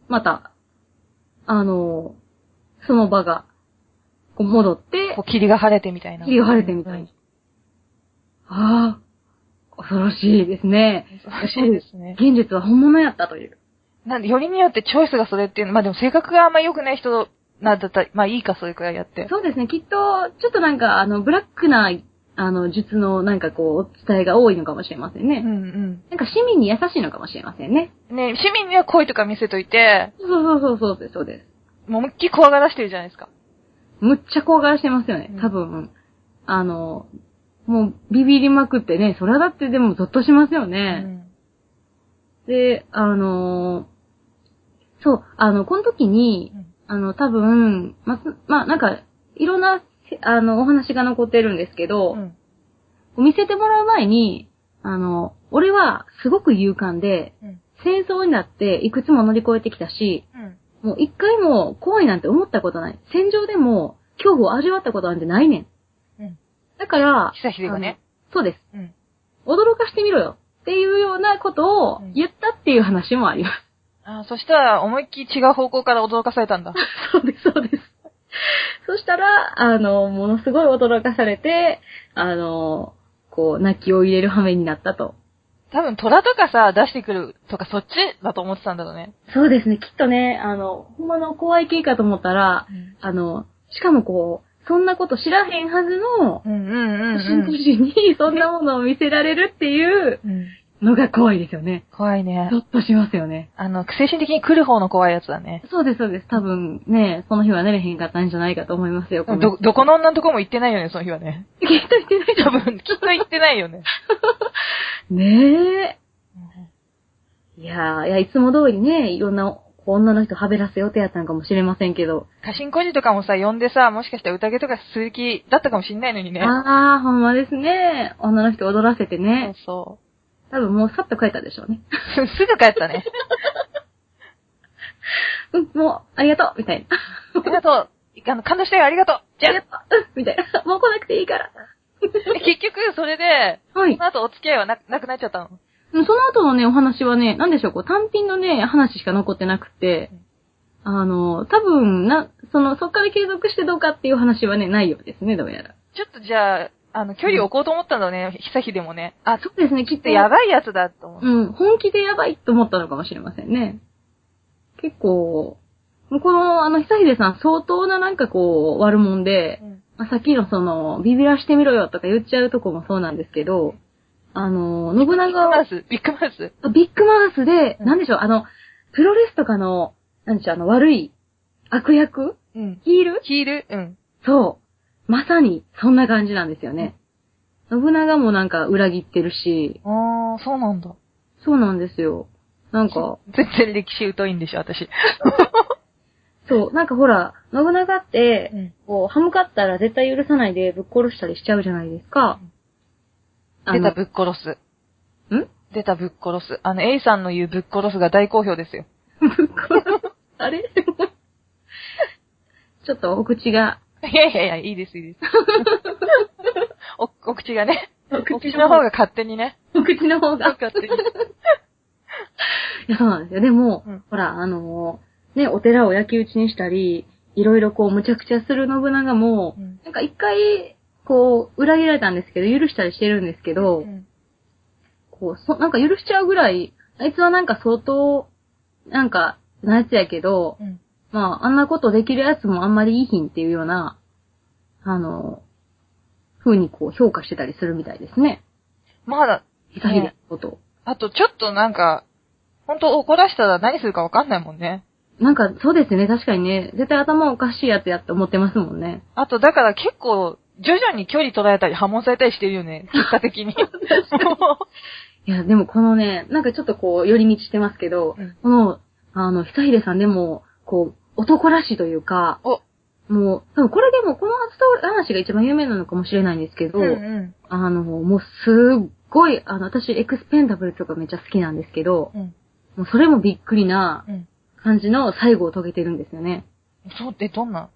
Speaker 2: また、あのーその場が、こう戻って
Speaker 1: こ、う、霧が晴れてみたいな。
Speaker 2: 霧が晴れてみたい
Speaker 1: うん
Speaker 2: ああ、恐ろしいですね。
Speaker 1: そうですね。
Speaker 2: 現実は本物やったという。
Speaker 1: なんで、よりによってチョイスがそれっていうの、まあでも性格があんま良くない人なんだったら、まあいいか、それくらいやって。
Speaker 2: そうですね、きっと、ちょっとなんか、あの、ブラックな、あの、術のなんかこう、伝えが多いのかもしれません
Speaker 1: う
Speaker 2: ね。
Speaker 1: ん
Speaker 2: なんか市民に優しいのかもしれませんね。
Speaker 1: うん。ね市民には恋とか見せといて、
Speaker 2: そうそうそうそうです、そうです。
Speaker 1: もう思いっきり怖がらしてるじゃないですか。
Speaker 2: むっちゃ怖がらしてますよね
Speaker 1: うん。
Speaker 2: 多分、あの、もうビビりまくってね、それはだってでもゾッとしますよ
Speaker 1: う
Speaker 2: ね。
Speaker 1: ん。
Speaker 2: で、あのーそう、あの、この時に、
Speaker 1: うん
Speaker 2: あの、多分、ま、すまあ、なんか、いろんな、あの、お話が残ってるんですけど、
Speaker 1: うん。
Speaker 2: 見せてもらう前に、あの、俺はすごく勇敢で、
Speaker 1: うん
Speaker 2: 戦争になっていくつも乗り越えてきたし、
Speaker 1: うん。
Speaker 2: もう一回も怖いなんて思ったことない。戦場でも恐怖を味わったことなんてないねん。
Speaker 1: うん。
Speaker 2: だから、
Speaker 1: 久秀がね。
Speaker 2: あのそうです。
Speaker 1: うん。
Speaker 2: 驚かしてみろよ。っていうようなことを
Speaker 1: うん
Speaker 2: 言ったっていう話もあります。
Speaker 1: ああ、そしたら思いっきり違う方向から驚かされたん だ。
Speaker 2: そうです、そうです。そしたら、あの、ものすごい驚かされて、あの、こう、泣きを入れる羽目になったと。
Speaker 1: 多分虎とかさ、出してくるとかそっちだと思ってたんだろうね。
Speaker 2: そうですね、きっとね、あの、ほんまの怖い系かと思ったら、
Speaker 1: うん
Speaker 2: あの、しかもこう、そんなこと知らへんはずの、
Speaker 1: うんうんう
Speaker 2: 都心都
Speaker 1: ん
Speaker 2: 市にそんなものを見せられるっていう
Speaker 1: うん。うん。
Speaker 2: のが怖いですよね。
Speaker 1: 怖いね
Speaker 2: ゾ。ッとしますよね。
Speaker 1: あの、精神的に来る方の怖いやつだね。
Speaker 2: そうです、そうです。多分ね、その日は寝れへんかったんじゃないかと思いますよ。この
Speaker 1: ど、どこの女のとこも行ってないよね、その日はね。
Speaker 2: きっとしてない
Speaker 1: 多分、きっと行ってないよね。
Speaker 2: ねえ。いやー、いや、いつも通りね、いろんな女の人はべらせよう手やったんかもしれませんけど。
Speaker 1: 過信孤児とかもさ、呼んでさ、もしかしたら宴とかする気だったかもしんないのにね。
Speaker 2: あー、ほんまですね。女の人踊らせて
Speaker 1: そう
Speaker 2: ね。
Speaker 1: そ
Speaker 2: 多分もうさっと帰ったでしょうね。
Speaker 1: う。 すすぐ帰ったね。
Speaker 2: うん、もう、ありがとうみたいな。
Speaker 1: ありがとう。あの、感動したよ、ありがとう。じ
Speaker 2: あ
Speaker 1: ゃあ
Speaker 2: りが、とううんみたいな。もう来なくていいから。
Speaker 1: 結局、それで、
Speaker 2: はい
Speaker 1: そ。の後お付き合いはななくなっちゃったの。
Speaker 2: うんその後のね、お話はね、なんでしょう、こう、単品のね、話しか残ってなくて、あの、多分、な、その、そっから継続してどうかっていう話はね、ないようですね、どうやら。
Speaker 1: ちょっとじゃあ、あの、距離を置こうと思ったんだろうね、久秀もね。あ、ちょ
Speaker 2: そうですね、き
Speaker 1: っ
Speaker 2: っ
Speaker 1: と
Speaker 2: と
Speaker 1: や
Speaker 2: やば
Speaker 1: ばいやつだと思う。
Speaker 2: うん、本気でやばいと思ったのかもしれませんね。結構、もうこの、あの、久秀さん相当ななんかこう、悪者で、
Speaker 1: うん
Speaker 2: まあさっきのその、ビビらしてみろよとか言っちゃうとこもそうなんですけど、あの、信
Speaker 1: ビッグ
Speaker 2: 長を
Speaker 1: マウス、ビッグマウス。
Speaker 2: ビッグマウスで、
Speaker 1: うん
Speaker 2: なんでしょう、あの、プロレスとかの、なんでしょう、あの、悪い、悪役
Speaker 1: うん。
Speaker 2: ヒール
Speaker 1: ヒールうん。
Speaker 2: そう。まさに、そんな感じなんですよね。信長もなんか裏切ってるし、
Speaker 1: あー、そうなんだ。
Speaker 2: そうなんですよ。なんか、
Speaker 1: 全然歴史疎いんでしょ、私。
Speaker 2: そう、なんかほら、信長って、
Speaker 1: ん。
Speaker 2: こう、歯向かったら絶対許さないでぶっ殺したりしちゃうじゃないですか。あ
Speaker 1: 出た
Speaker 2: の、
Speaker 1: ぶっ殺す。
Speaker 2: ん
Speaker 1: 出たぶっ殺す。あの、A さんの言うぶっ殺すが大好評ですよ。
Speaker 2: あれちょっとお口が、
Speaker 1: いやいやいや、いいです、いいです。 お、お口がね。
Speaker 2: お
Speaker 1: お口の方が勝手にね。
Speaker 2: お口の方が、
Speaker 1: 勝手に。
Speaker 2: いや、そうなんです よ。でも、
Speaker 1: うん
Speaker 2: ほら、あのーね、お寺を焼き討ちにしたり、いろいろこう、むちゃくちゃする信長も、
Speaker 1: うん
Speaker 2: なんか一回、こう、裏切られたんですけど、許したりしてるんですけど、
Speaker 1: うん
Speaker 2: こう、そ、なんか許しちゃうぐらい、あいつはなんか相当、なんか、なやつやけど、
Speaker 1: うん。
Speaker 2: まあ、あんなことできるやつもあんまりいいひんっていうような、あのー、風にこう、評価してたりするみたいですね。
Speaker 1: まだ、
Speaker 2: 久秀のことを。
Speaker 1: あとちょっとなんか、ほんと怒らしたら何するかわかんないもんね。
Speaker 2: なんか、そうですね、確かにね。絶対頭おかしいやつやって思ってますもんね。
Speaker 1: あと、だから結構、徐々に距離取られたり、破門されたりしてるよね。結果 的に。も
Speaker 2: いや、でもこのね、なんかちょっとこう、寄り道してますけど、
Speaker 1: うん
Speaker 2: この、あの、久秀さんでも、こう、男らしいというか、
Speaker 1: うお、
Speaker 2: もう、多分これでも、この初話が一番有名なのかもしれないんですけど、
Speaker 1: うんうん。
Speaker 2: あの、もうすっごい、あの、私、エクスペンダブルとかめっちゃ好きなんですけど、
Speaker 1: うん。
Speaker 2: もうそれもびっくりな
Speaker 1: うん。
Speaker 2: 感じの最後を遂げてるんですよね。
Speaker 1: そうってどんな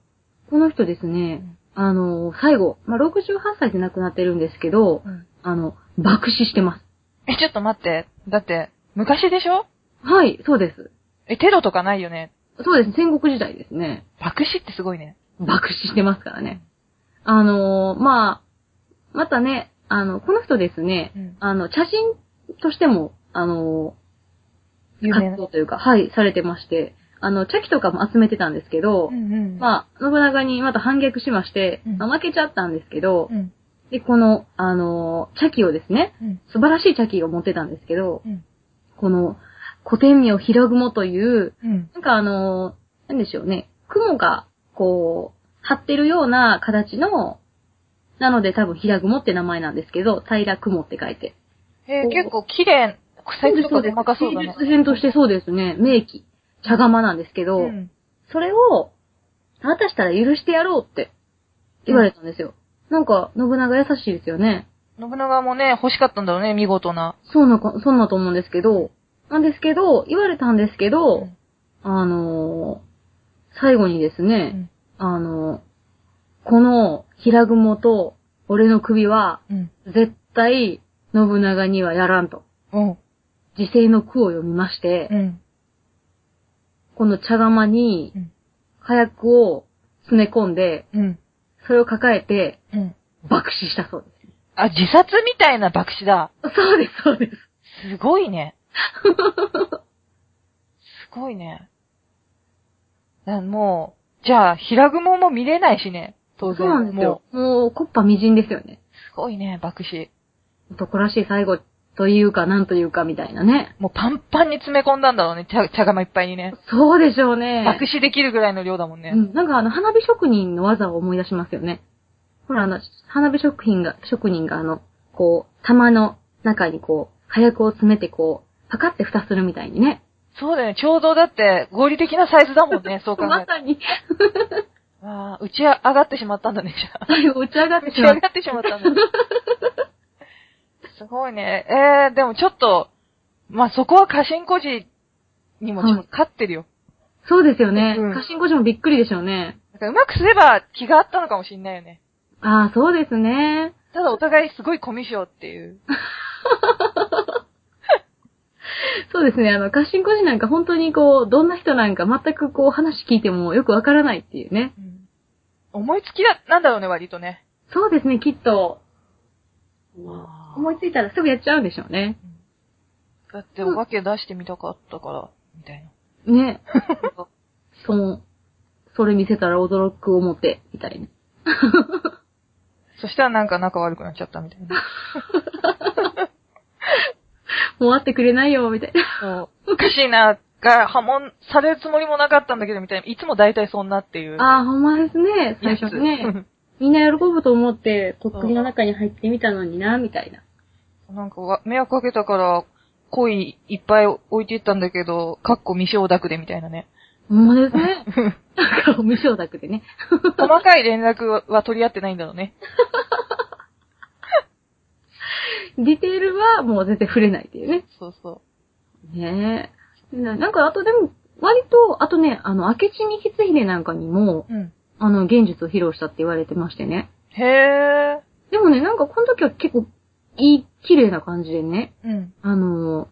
Speaker 2: この人ですね、あの、最後、まあ、68歳で亡くなってるんですけど、
Speaker 1: うん。
Speaker 2: あの、爆死してます。
Speaker 1: え、ちょっと待って。だって、昔でしょ
Speaker 2: はい、そうです。
Speaker 1: え、テロとかないよね。
Speaker 2: そうです、戦国時代ですね。
Speaker 1: 爆死ってすごいね。
Speaker 2: 爆死してますからね。あの、まあ、またね、あの、この人ですね、
Speaker 1: うん
Speaker 2: あの、写真としても、あの、
Speaker 1: 有名
Speaker 2: 活
Speaker 1: な。
Speaker 2: 動というか、はい、されてまして、あの、チャキとかも集めてたんですけど、
Speaker 1: うんうん。あ、
Speaker 2: まあ、信長にまた反逆しまして、
Speaker 1: うん
Speaker 2: まあ負けちゃったんですけど、
Speaker 1: うん。
Speaker 2: で、この、あの、チャキをですね、
Speaker 1: うん。
Speaker 2: 素晴らしいチャキを持ってたんですけど、
Speaker 1: うん。
Speaker 2: この、古典名平雲という、
Speaker 1: うん。
Speaker 2: なんかあの、なんでしょうね、雲が、こう、張ってるような形の、なので多分平雲って名前なんですけど、平雲って書いて。
Speaker 1: えー、
Speaker 2: こう
Speaker 1: 結構綺麗、
Speaker 2: そう
Speaker 1: 線
Speaker 2: です
Speaker 1: とか細かそうだね。
Speaker 2: 芸術編としてそうですね、名器、茶釜なんですけど、
Speaker 1: うん。
Speaker 2: それを、あなたしたら許してやろうって言われたんですよ。なんか、信長優しいですよね。
Speaker 1: 信長もね、欲しかったんだろうね、見事な。
Speaker 2: そうなか、そんなと思うんですけど、なんですけど、言われたんですけど、
Speaker 1: うん
Speaker 2: あのー最後にですね、
Speaker 1: うん
Speaker 2: あのーこの平雲と俺の首は、
Speaker 1: うん。
Speaker 2: 絶対信長にはやらんと。
Speaker 1: うん。
Speaker 2: 自制の句を読みまして、
Speaker 1: うん。
Speaker 2: この茶釜に
Speaker 1: うん、
Speaker 2: 火薬を詰め込んで、
Speaker 1: うん。
Speaker 2: それを抱えて
Speaker 1: うん。
Speaker 2: 爆死したそうです。
Speaker 1: あ、自殺みたいな爆死だ。
Speaker 2: そうです、そうです。
Speaker 1: すごいね。すごいね。だもう、じゃあ、平雲も見れないしね。当然。
Speaker 2: そうなんですよ
Speaker 1: も。
Speaker 2: もう、コッパみじんですよね。
Speaker 1: う。すごいね、爆死。
Speaker 2: 男らしい最後というか、なんというか、みたいなね。
Speaker 1: もうパンパンに詰め込んだんだろうね、茶茶釜いっぱいにね。
Speaker 2: そうでしょうね。
Speaker 1: 爆死できるぐらいの量だもんね。
Speaker 2: うん、なんかあの、花火職人の技を思い出しますよね。ほら、あの、花火職人が、職人があの、こう、玉の中にこう、火薬を詰めてこう、パカって蓋するみたいにね。
Speaker 1: そうだよね、ちょうどだって合理的なサイズだもんね、そう考え
Speaker 2: ま
Speaker 1: たら。
Speaker 2: さに、
Speaker 1: ああ、打ち上がってしまったんだね、じゃあ。
Speaker 2: 最後打ち上がっ
Speaker 1: 打
Speaker 2: て
Speaker 1: ち
Speaker 2: しま
Speaker 1: 上
Speaker 2: う
Speaker 1: が。ってしまったんだ。 すごいね。えー、でもちょっと、まあ、そこは過信孤児にもちょっと勝ってるよ。
Speaker 2: そうですよね。
Speaker 1: うん
Speaker 2: 過信越しもびっくりでしょうね。
Speaker 1: だからうまくすれば気があったのかもしんないよね。
Speaker 2: ああ、そうですね。
Speaker 1: ただお互いすごいコミュ障っていう。
Speaker 2: そうですね。あの、過信越しなんか本当にこう、どんな人なんか全くこう、話聞いてもよくわからないっていうね。
Speaker 1: 思いつきだ、なんだろうね、割とね。
Speaker 2: そうですね、きっと。
Speaker 1: あー
Speaker 2: 思いついたらすぐやっちゃうんでしょうね。
Speaker 1: だってお化け出してみたかったから、みたいな。
Speaker 2: ね。 その、それ見せたら驚く思って、みたいな。
Speaker 1: そしたらなんか仲悪くなっちゃったみたいな。
Speaker 2: もう会ってくれないよ、みたいな。
Speaker 1: そう。おかしいな、が破門されるつもりもなかったんだけど、みたいな。いつも大体そんなっていう。
Speaker 2: ああ、ほんまですね、最
Speaker 1: やつ、
Speaker 2: 初にね。みんな喜ぶと思って、とっくりの中に入ってみたのにな、みたいな。
Speaker 1: なんかわ、迷惑かけたから、コインいっぱい置いていったんだけど、かっこ未承諾でみたいなね。
Speaker 2: ほんまですね。 なんか、無承諾でね。
Speaker 1: 細かい連絡はは取り合ってないんだろうね。
Speaker 2: ディテールはもう全然触れないっていうね。
Speaker 1: そうそ
Speaker 2: ねえ。ななんか、あとでも、割と、あとね、あの、明智に光秀なんかにも、
Speaker 1: う。うん。
Speaker 2: あの、現実を披露したって言われてましてね。
Speaker 1: へー。
Speaker 2: でもね、なんかこの時は結構、いい、綺麗な感じでね、
Speaker 1: うん。
Speaker 2: あのー、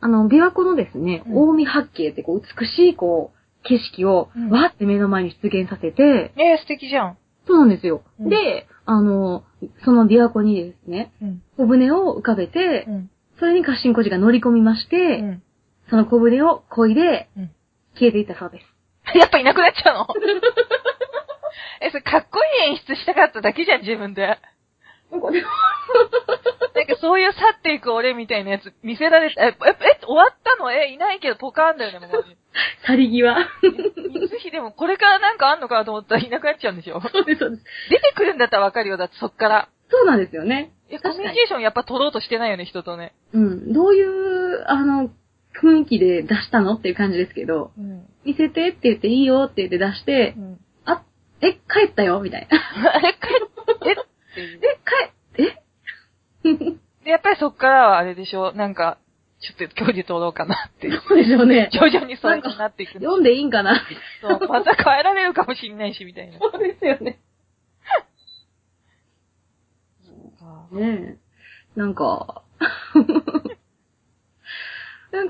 Speaker 2: あの、琵琶湖のですね、
Speaker 1: うん
Speaker 2: 大見八景ってこう、美しいこう、景色を
Speaker 1: うん、
Speaker 2: わーって目の前に出現させて、
Speaker 1: えー、素敵じゃん。
Speaker 2: そうなんですよ。
Speaker 1: うん
Speaker 2: で、あのー、その琵琶湖にですね、
Speaker 1: うん。
Speaker 2: 小船を浮かべて
Speaker 1: う、ん。
Speaker 2: それに家臣小児が乗り込みまして、
Speaker 1: うん。
Speaker 2: その小船を漕いで
Speaker 1: うん、
Speaker 2: 消えていったそうです。
Speaker 1: やっぱいなくなっちゃうの え、それかっこいい演出したかっただけじゃん、自分で。なんかそういう去っていく俺みたいなやつ見せられた。え、え、え終わったのえ、いないけどポカーンだよね、もう。
Speaker 2: 去り際。
Speaker 1: いつでもこれからなんかあんのかなと思ったらいなくなっちゃうんでしょ
Speaker 2: そうです、そうです。
Speaker 1: 出てくるんだったらわかるよ、だってそっから。
Speaker 2: そうなんですよね。
Speaker 1: いや、コ
Speaker 2: 確
Speaker 1: ミュニ
Speaker 2: かに
Speaker 1: ケーションやっぱ取ろうとしてないよね、人とね。
Speaker 2: うん。どういう、あの、雰囲気で出したのっていう感じですけど、
Speaker 1: うん。
Speaker 2: 見せてって言っていいよって言って出して
Speaker 1: う、ん。
Speaker 2: あ、え、帰ったよみたいな。
Speaker 1: あれ、帰ってっていう。
Speaker 2: え、帰って、え
Speaker 1: で、やっぱりそっからはあれでしょ、なんか、ちょっと距離取ろうか なっていう。
Speaker 2: そうでしょ うね。
Speaker 1: 徐々にそういう風になっていくんで
Speaker 2: 読んでいいんかなみたい
Speaker 1: すそうまた帰られるかもしんないし、みたいな。
Speaker 2: な。そうですよね。ねえ。なんか、 うん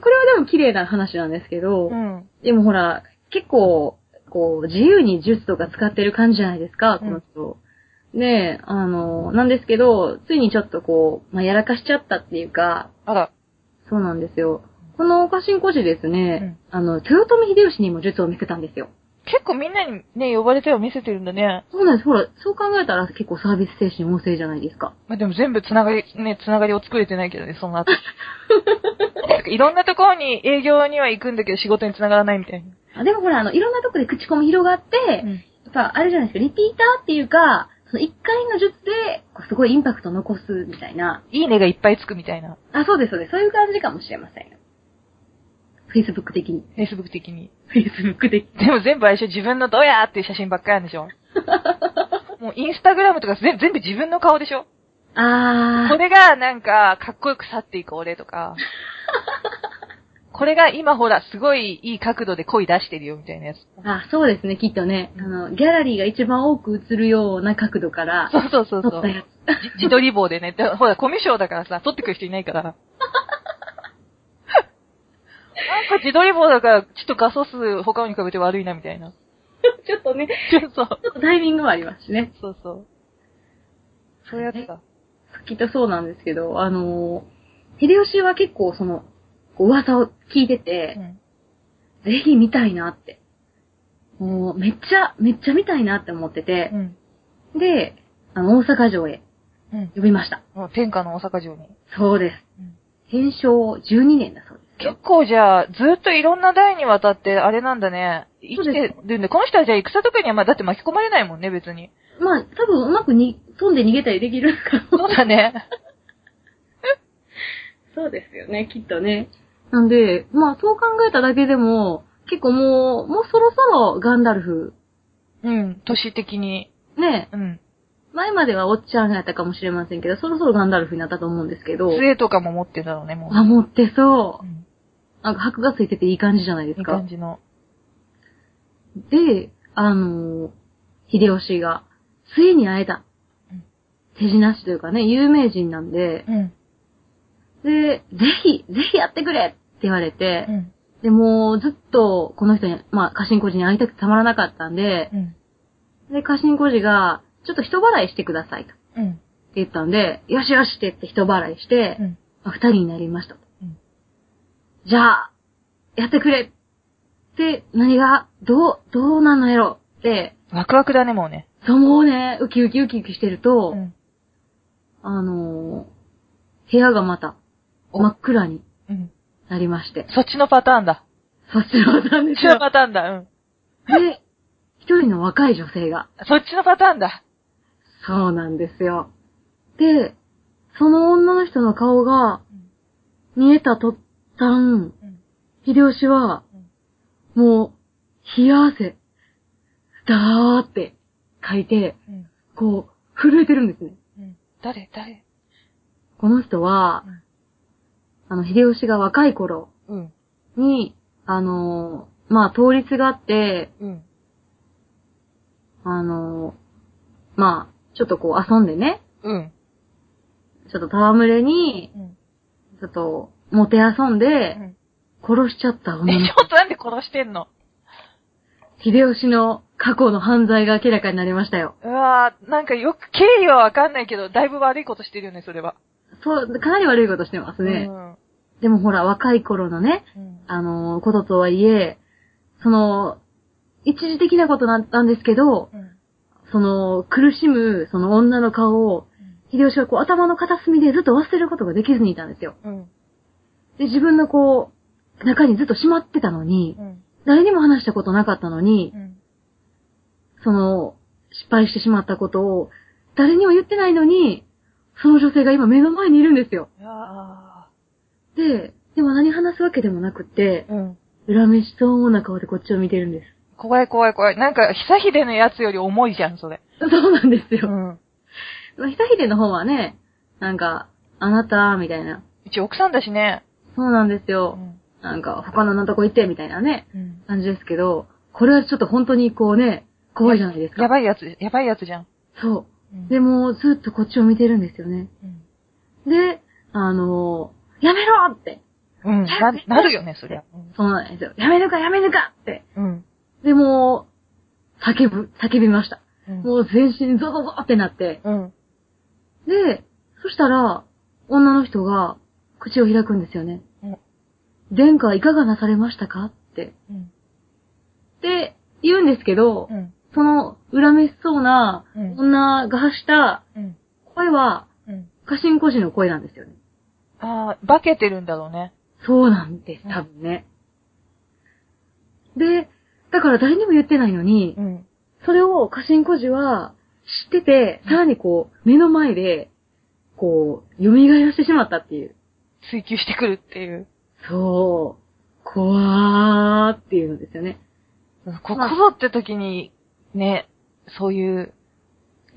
Speaker 2: これはでも綺麗な話なんですけど、
Speaker 1: うん。
Speaker 2: でもほら、結構、こう、自由に術とか使ってる感じじゃないですか、この人。ねえ、あの、なんですけど、ついにちょっとこう、まあ、やらかしちゃったっていうか、
Speaker 1: あら、
Speaker 2: そうなんですよ。この家臣講師ですね、あの、豊臣秀吉にも術を見せたんですよ。
Speaker 1: 結構みんなにね、呼ばれては見せてるんだね。
Speaker 2: そうなんです。ほら、そう考えたら結構サービス精神旺盛じゃないですか。
Speaker 1: まあ、でも全部つながり、ね、つながりを作れてないけどね、その 後。なんかいろんなところに営業には行くんだけど仕事につながらないみたいな。
Speaker 2: あでもほら、あの、いろんなとこで口コミ広がって、
Speaker 1: うん。
Speaker 2: やっぱ、あれじゃないですか、リピーターっていうか、その一回の術で、こうすごいインパクト残すみたいな。
Speaker 1: いいねがいっぱいつくみたいな。
Speaker 2: あ、そうです、そうです。そういう感じかもしれませんよ。Facebook 的に。
Speaker 1: Facebook 的に。
Speaker 2: Facebook 的に。
Speaker 1: でも全部相性自分のどうやーっていう写真ばっかりなん でしょもうインスタグラムとか全全部自分の顔でしょ
Speaker 2: あ
Speaker 1: こ
Speaker 2: ー。
Speaker 1: れがなんか、かっこよく去っていく俺とか。これが今ほら、すごいいい角度で声出してるよみたいなやつ。
Speaker 2: あ、そうですね、きっとね。あの、ギャラリーが一番多く映るような角度から、
Speaker 1: そうそうそう
Speaker 2: 撮
Speaker 1: そ
Speaker 2: っ
Speaker 1: う
Speaker 2: た。やつ。
Speaker 1: じ自撮り棒でね。でほら、コミュ障だからさ、撮ってくる人いないから。なんか自撮り棒だから、ちょっと画素数他に比べて悪いなみたい な。
Speaker 2: ちょっとね、
Speaker 1: そう。
Speaker 2: ちょっとタイミングもありますしね。
Speaker 1: そうそう。そういうやつだ。
Speaker 2: きっとそうなんですけど、あの、秀吉は結構その、こう噂を聞いてて、
Speaker 1: うん。
Speaker 2: ぜひ見たいなって。もう、めっちゃ、めっちゃ見たいなって思ってて
Speaker 1: う、ん。
Speaker 2: で、あの、大阪城へ
Speaker 1: うん。
Speaker 2: 呼びました。
Speaker 1: もう天下の大阪城に。
Speaker 2: そうです
Speaker 1: うん。
Speaker 2: 天正12年だそうですよ
Speaker 1: 結。構じゃあ、ずっといろんな代にわたって、あれなんだね。生きてるんで、この人はじゃあ戦とかにはまあだって巻き込まれないもんね、別に。
Speaker 2: まあ、多分うまくに飛んで逃げたりできるか
Speaker 1: そうだね。
Speaker 2: そうですよね、きっとね。なんで、まあ、そう考えただけでも、結構もう、もうそろそろガンダルフ、
Speaker 1: うん、年的に。
Speaker 2: ね、
Speaker 1: うん。
Speaker 2: 前まではおっちゃんやったかもしれませんけど、そろそろガンダルフになったと思うんですけど、
Speaker 1: 杖とかも持ってるだろうね、もう。
Speaker 2: あ、持ってそうう。
Speaker 1: ん、
Speaker 2: なんか箔がついてていい感じじゃないで
Speaker 1: い
Speaker 2: す
Speaker 1: い
Speaker 2: か。
Speaker 1: 感じの。
Speaker 2: で、あのー秀吉が、ついに会えた
Speaker 1: うん。
Speaker 2: 手品師というかね、有名人なんで、
Speaker 1: うん。
Speaker 2: で、ぜひ、ぜひやってくれって言われて
Speaker 1: う、ん。
Speaker 2: で、もうずっとこの人に、まあ、家臣工事に会いたくてたまらなかったんで
Speaker 1: う、ん。
Speaker 2: で、家臣工事が、ちょっと人払いしてくださいと。って
Speaker 1: うん。
Speaker 2: 言ったんで、よしよしって言って人払いして
Speaker 1: う、ん。
Speaker 2: まあ二人になりましたと
Speaker 1: うん。
Speaker 2: じゃあ、やってくれって、何が、どう、どうなんのやろって、
Speaker 1: ワクワクだね、もうね。
Speaker 2: そうもうね、ウキウキウキウキしてると、
Speaker 1: うん。
Speaker 2: あのー部屋がまた、真っ暗に
Speaker 1: うん。
Speaker 2: なりまして。
Speaker 1: そっちのパターンだ。
Speaker 2: そっちのな
Speaker 1: そ
Speaker 2: んで
Speaker 1: っ
Speaker 2: す
Speaker 1: ち
Speaker 2: よ
Speaker 1: の。パターンだ。うん。
Speaker 2: で、一人の若い女性が。
Speaker 1: そっちのパターンだ。
Speaker 2: そうなんですよ。で、その女の人の顔が
Speaker 1: うん、
Speaker 2: 見えたとったん、
Speaker 1: うん。
Speaker 2: 秀吉は、もう、冷や汗、だーって書いて、
Speaker 1: うん。
Speaker 2: こう、震えてるんですね。
Speaker 1: うん。誰誰
Speaker 2: この人は
Speaker 1: うん、
Speaker 2: あの、秀吉が若い頃、
Speaker 1: うん。
Speaker 2: に、あのーまあ、倒立があって、
Speaker 1: うん。
Speaker 2: あのーまあ、ちょっとこう遊んでね、
Speaker 1: うん。
Speaker 2: ちょっと戯れに、
Speaker 1: うん。
Speaker 2: ちょっと、もて遊ん
Speaker 1: う
Speaker 2: で、
Speaker 1: ん。
Speaker 2: 殺しちゃった
Speaker 1: え、
Speaker 2: 女の
Speaker 1: ち
Speaker 2: 子。
Speaker 1: ょっとなんで殺してんの
Speaker 2: 秀吉の過去の犯罪が明らかになりましたよ。
Speaker 1: うわぁ、なんかよく、経緯はわかんないけど、だいぶ悪いことしてるよね、それは。
Speaker 2: そう、かなり悪いことしてますね。
Speaker 1: うん。
Speaker 2: でもほら、若い頃のね、
Speaker 1: うん。
Speaker 2: あのーこととはいえ、その、一時的なことなんなんですけど、
Speaker 1: うん。
Speaker 2: その、苦しむ、その女の顔を、秀吉はこう頭の片隅でずっと忘れることができずにいたんですよ。
Speaker 1: うん。
Speaker 2: で、自分のこう、中にずっとしまってたのに
Speaker 1: う、ん。
Speaker 2: 誰にも話したことなかったのに
Speaker 1: う、ん。
Speaker 2: その、失敗してしまったことを、誰にも言ってないのに、その女性が今目の前にいるんですよ。
Speaker 1: うわ
Speaker 2: で、でも何話すわけでもなくて
Speaker 1: ぁ。、うん。
Speaker 2: 恨めしそうな顔でこっちを見てるんです。
Speaker 1: 怖い怖い怖い。なんか、久秀のやつより重いじゃん、それ。
Speaker 2: そうなんです
Speaker 1: う
Speaker 2: よ。
Speaker 1: ん。
Speaker 2: まあ、久秀の方はね、なんか、あなた、みたいな。
Speaker 1: うち奥さんだしね。
Speaker 2: そうなんです
Speaker 1: う
Speaker 2: よ。
Speaker 1: ん。
Speaker 2: なんか、他のなんとこ行って、みたいなね、
Speaker 1: うん。
Speaker 2: 感じですけど、これはちょっと本当にこうね、怖いじゃないですか。
Speaker 1: やばいやつ、やばいやつじゃん。
Speaker 2: そうう。
Speaker 1: ん
Speaker 2: でも、ずっとこっちを見てるんですよね。
Speaker 1: うん。
Speaker 2: で、あのーやめろって。
Speaker 1: うん。な、なるよね、そりゃ。
Speaker 2: そうなんですよ。やめるかやめるかって。
Speaker 1: うん。
Speaker 2: で、もう、叫ぶ、叫びました。
Speaker 1: うん。
Speaker 2: もう全身ゾゾゾってなって。
Speaker 1: うん。
Speaker 2: で、そしたら、女の人が口を開くんですよね。
Speaker 1: うん。
Speaker 2: 殿下いかがなされましたかって。
Speaker 1: うん。
Speaker 2: で、言うんですけど、
Speaker 1: うん。
Speaker 2: その恨めしそうな
Speaker 1: うん
Speaker 2: 女が発した
Speaker 1: うん。
Speaker 2: 声は、
Speaker 1: うん。
Speaker 2: カシンコシの声なんですよね。
Speaker 1: ああ、化けてるんだろうね。
Speaker 2: そうなんです、多分ね。で、だから誰にも言ってないのに、
Speaker 1: うん。
Speaker 2: それをカシンコジは知ってて、さらにこう、目の前で、こう、蘇らしてしまったっていう。
Speaker 1: 追求してくるっていう。
Speaker 2: そう、怖ーっていうんですよね。
Speaker 1: ここぞって時に、ね、そういう、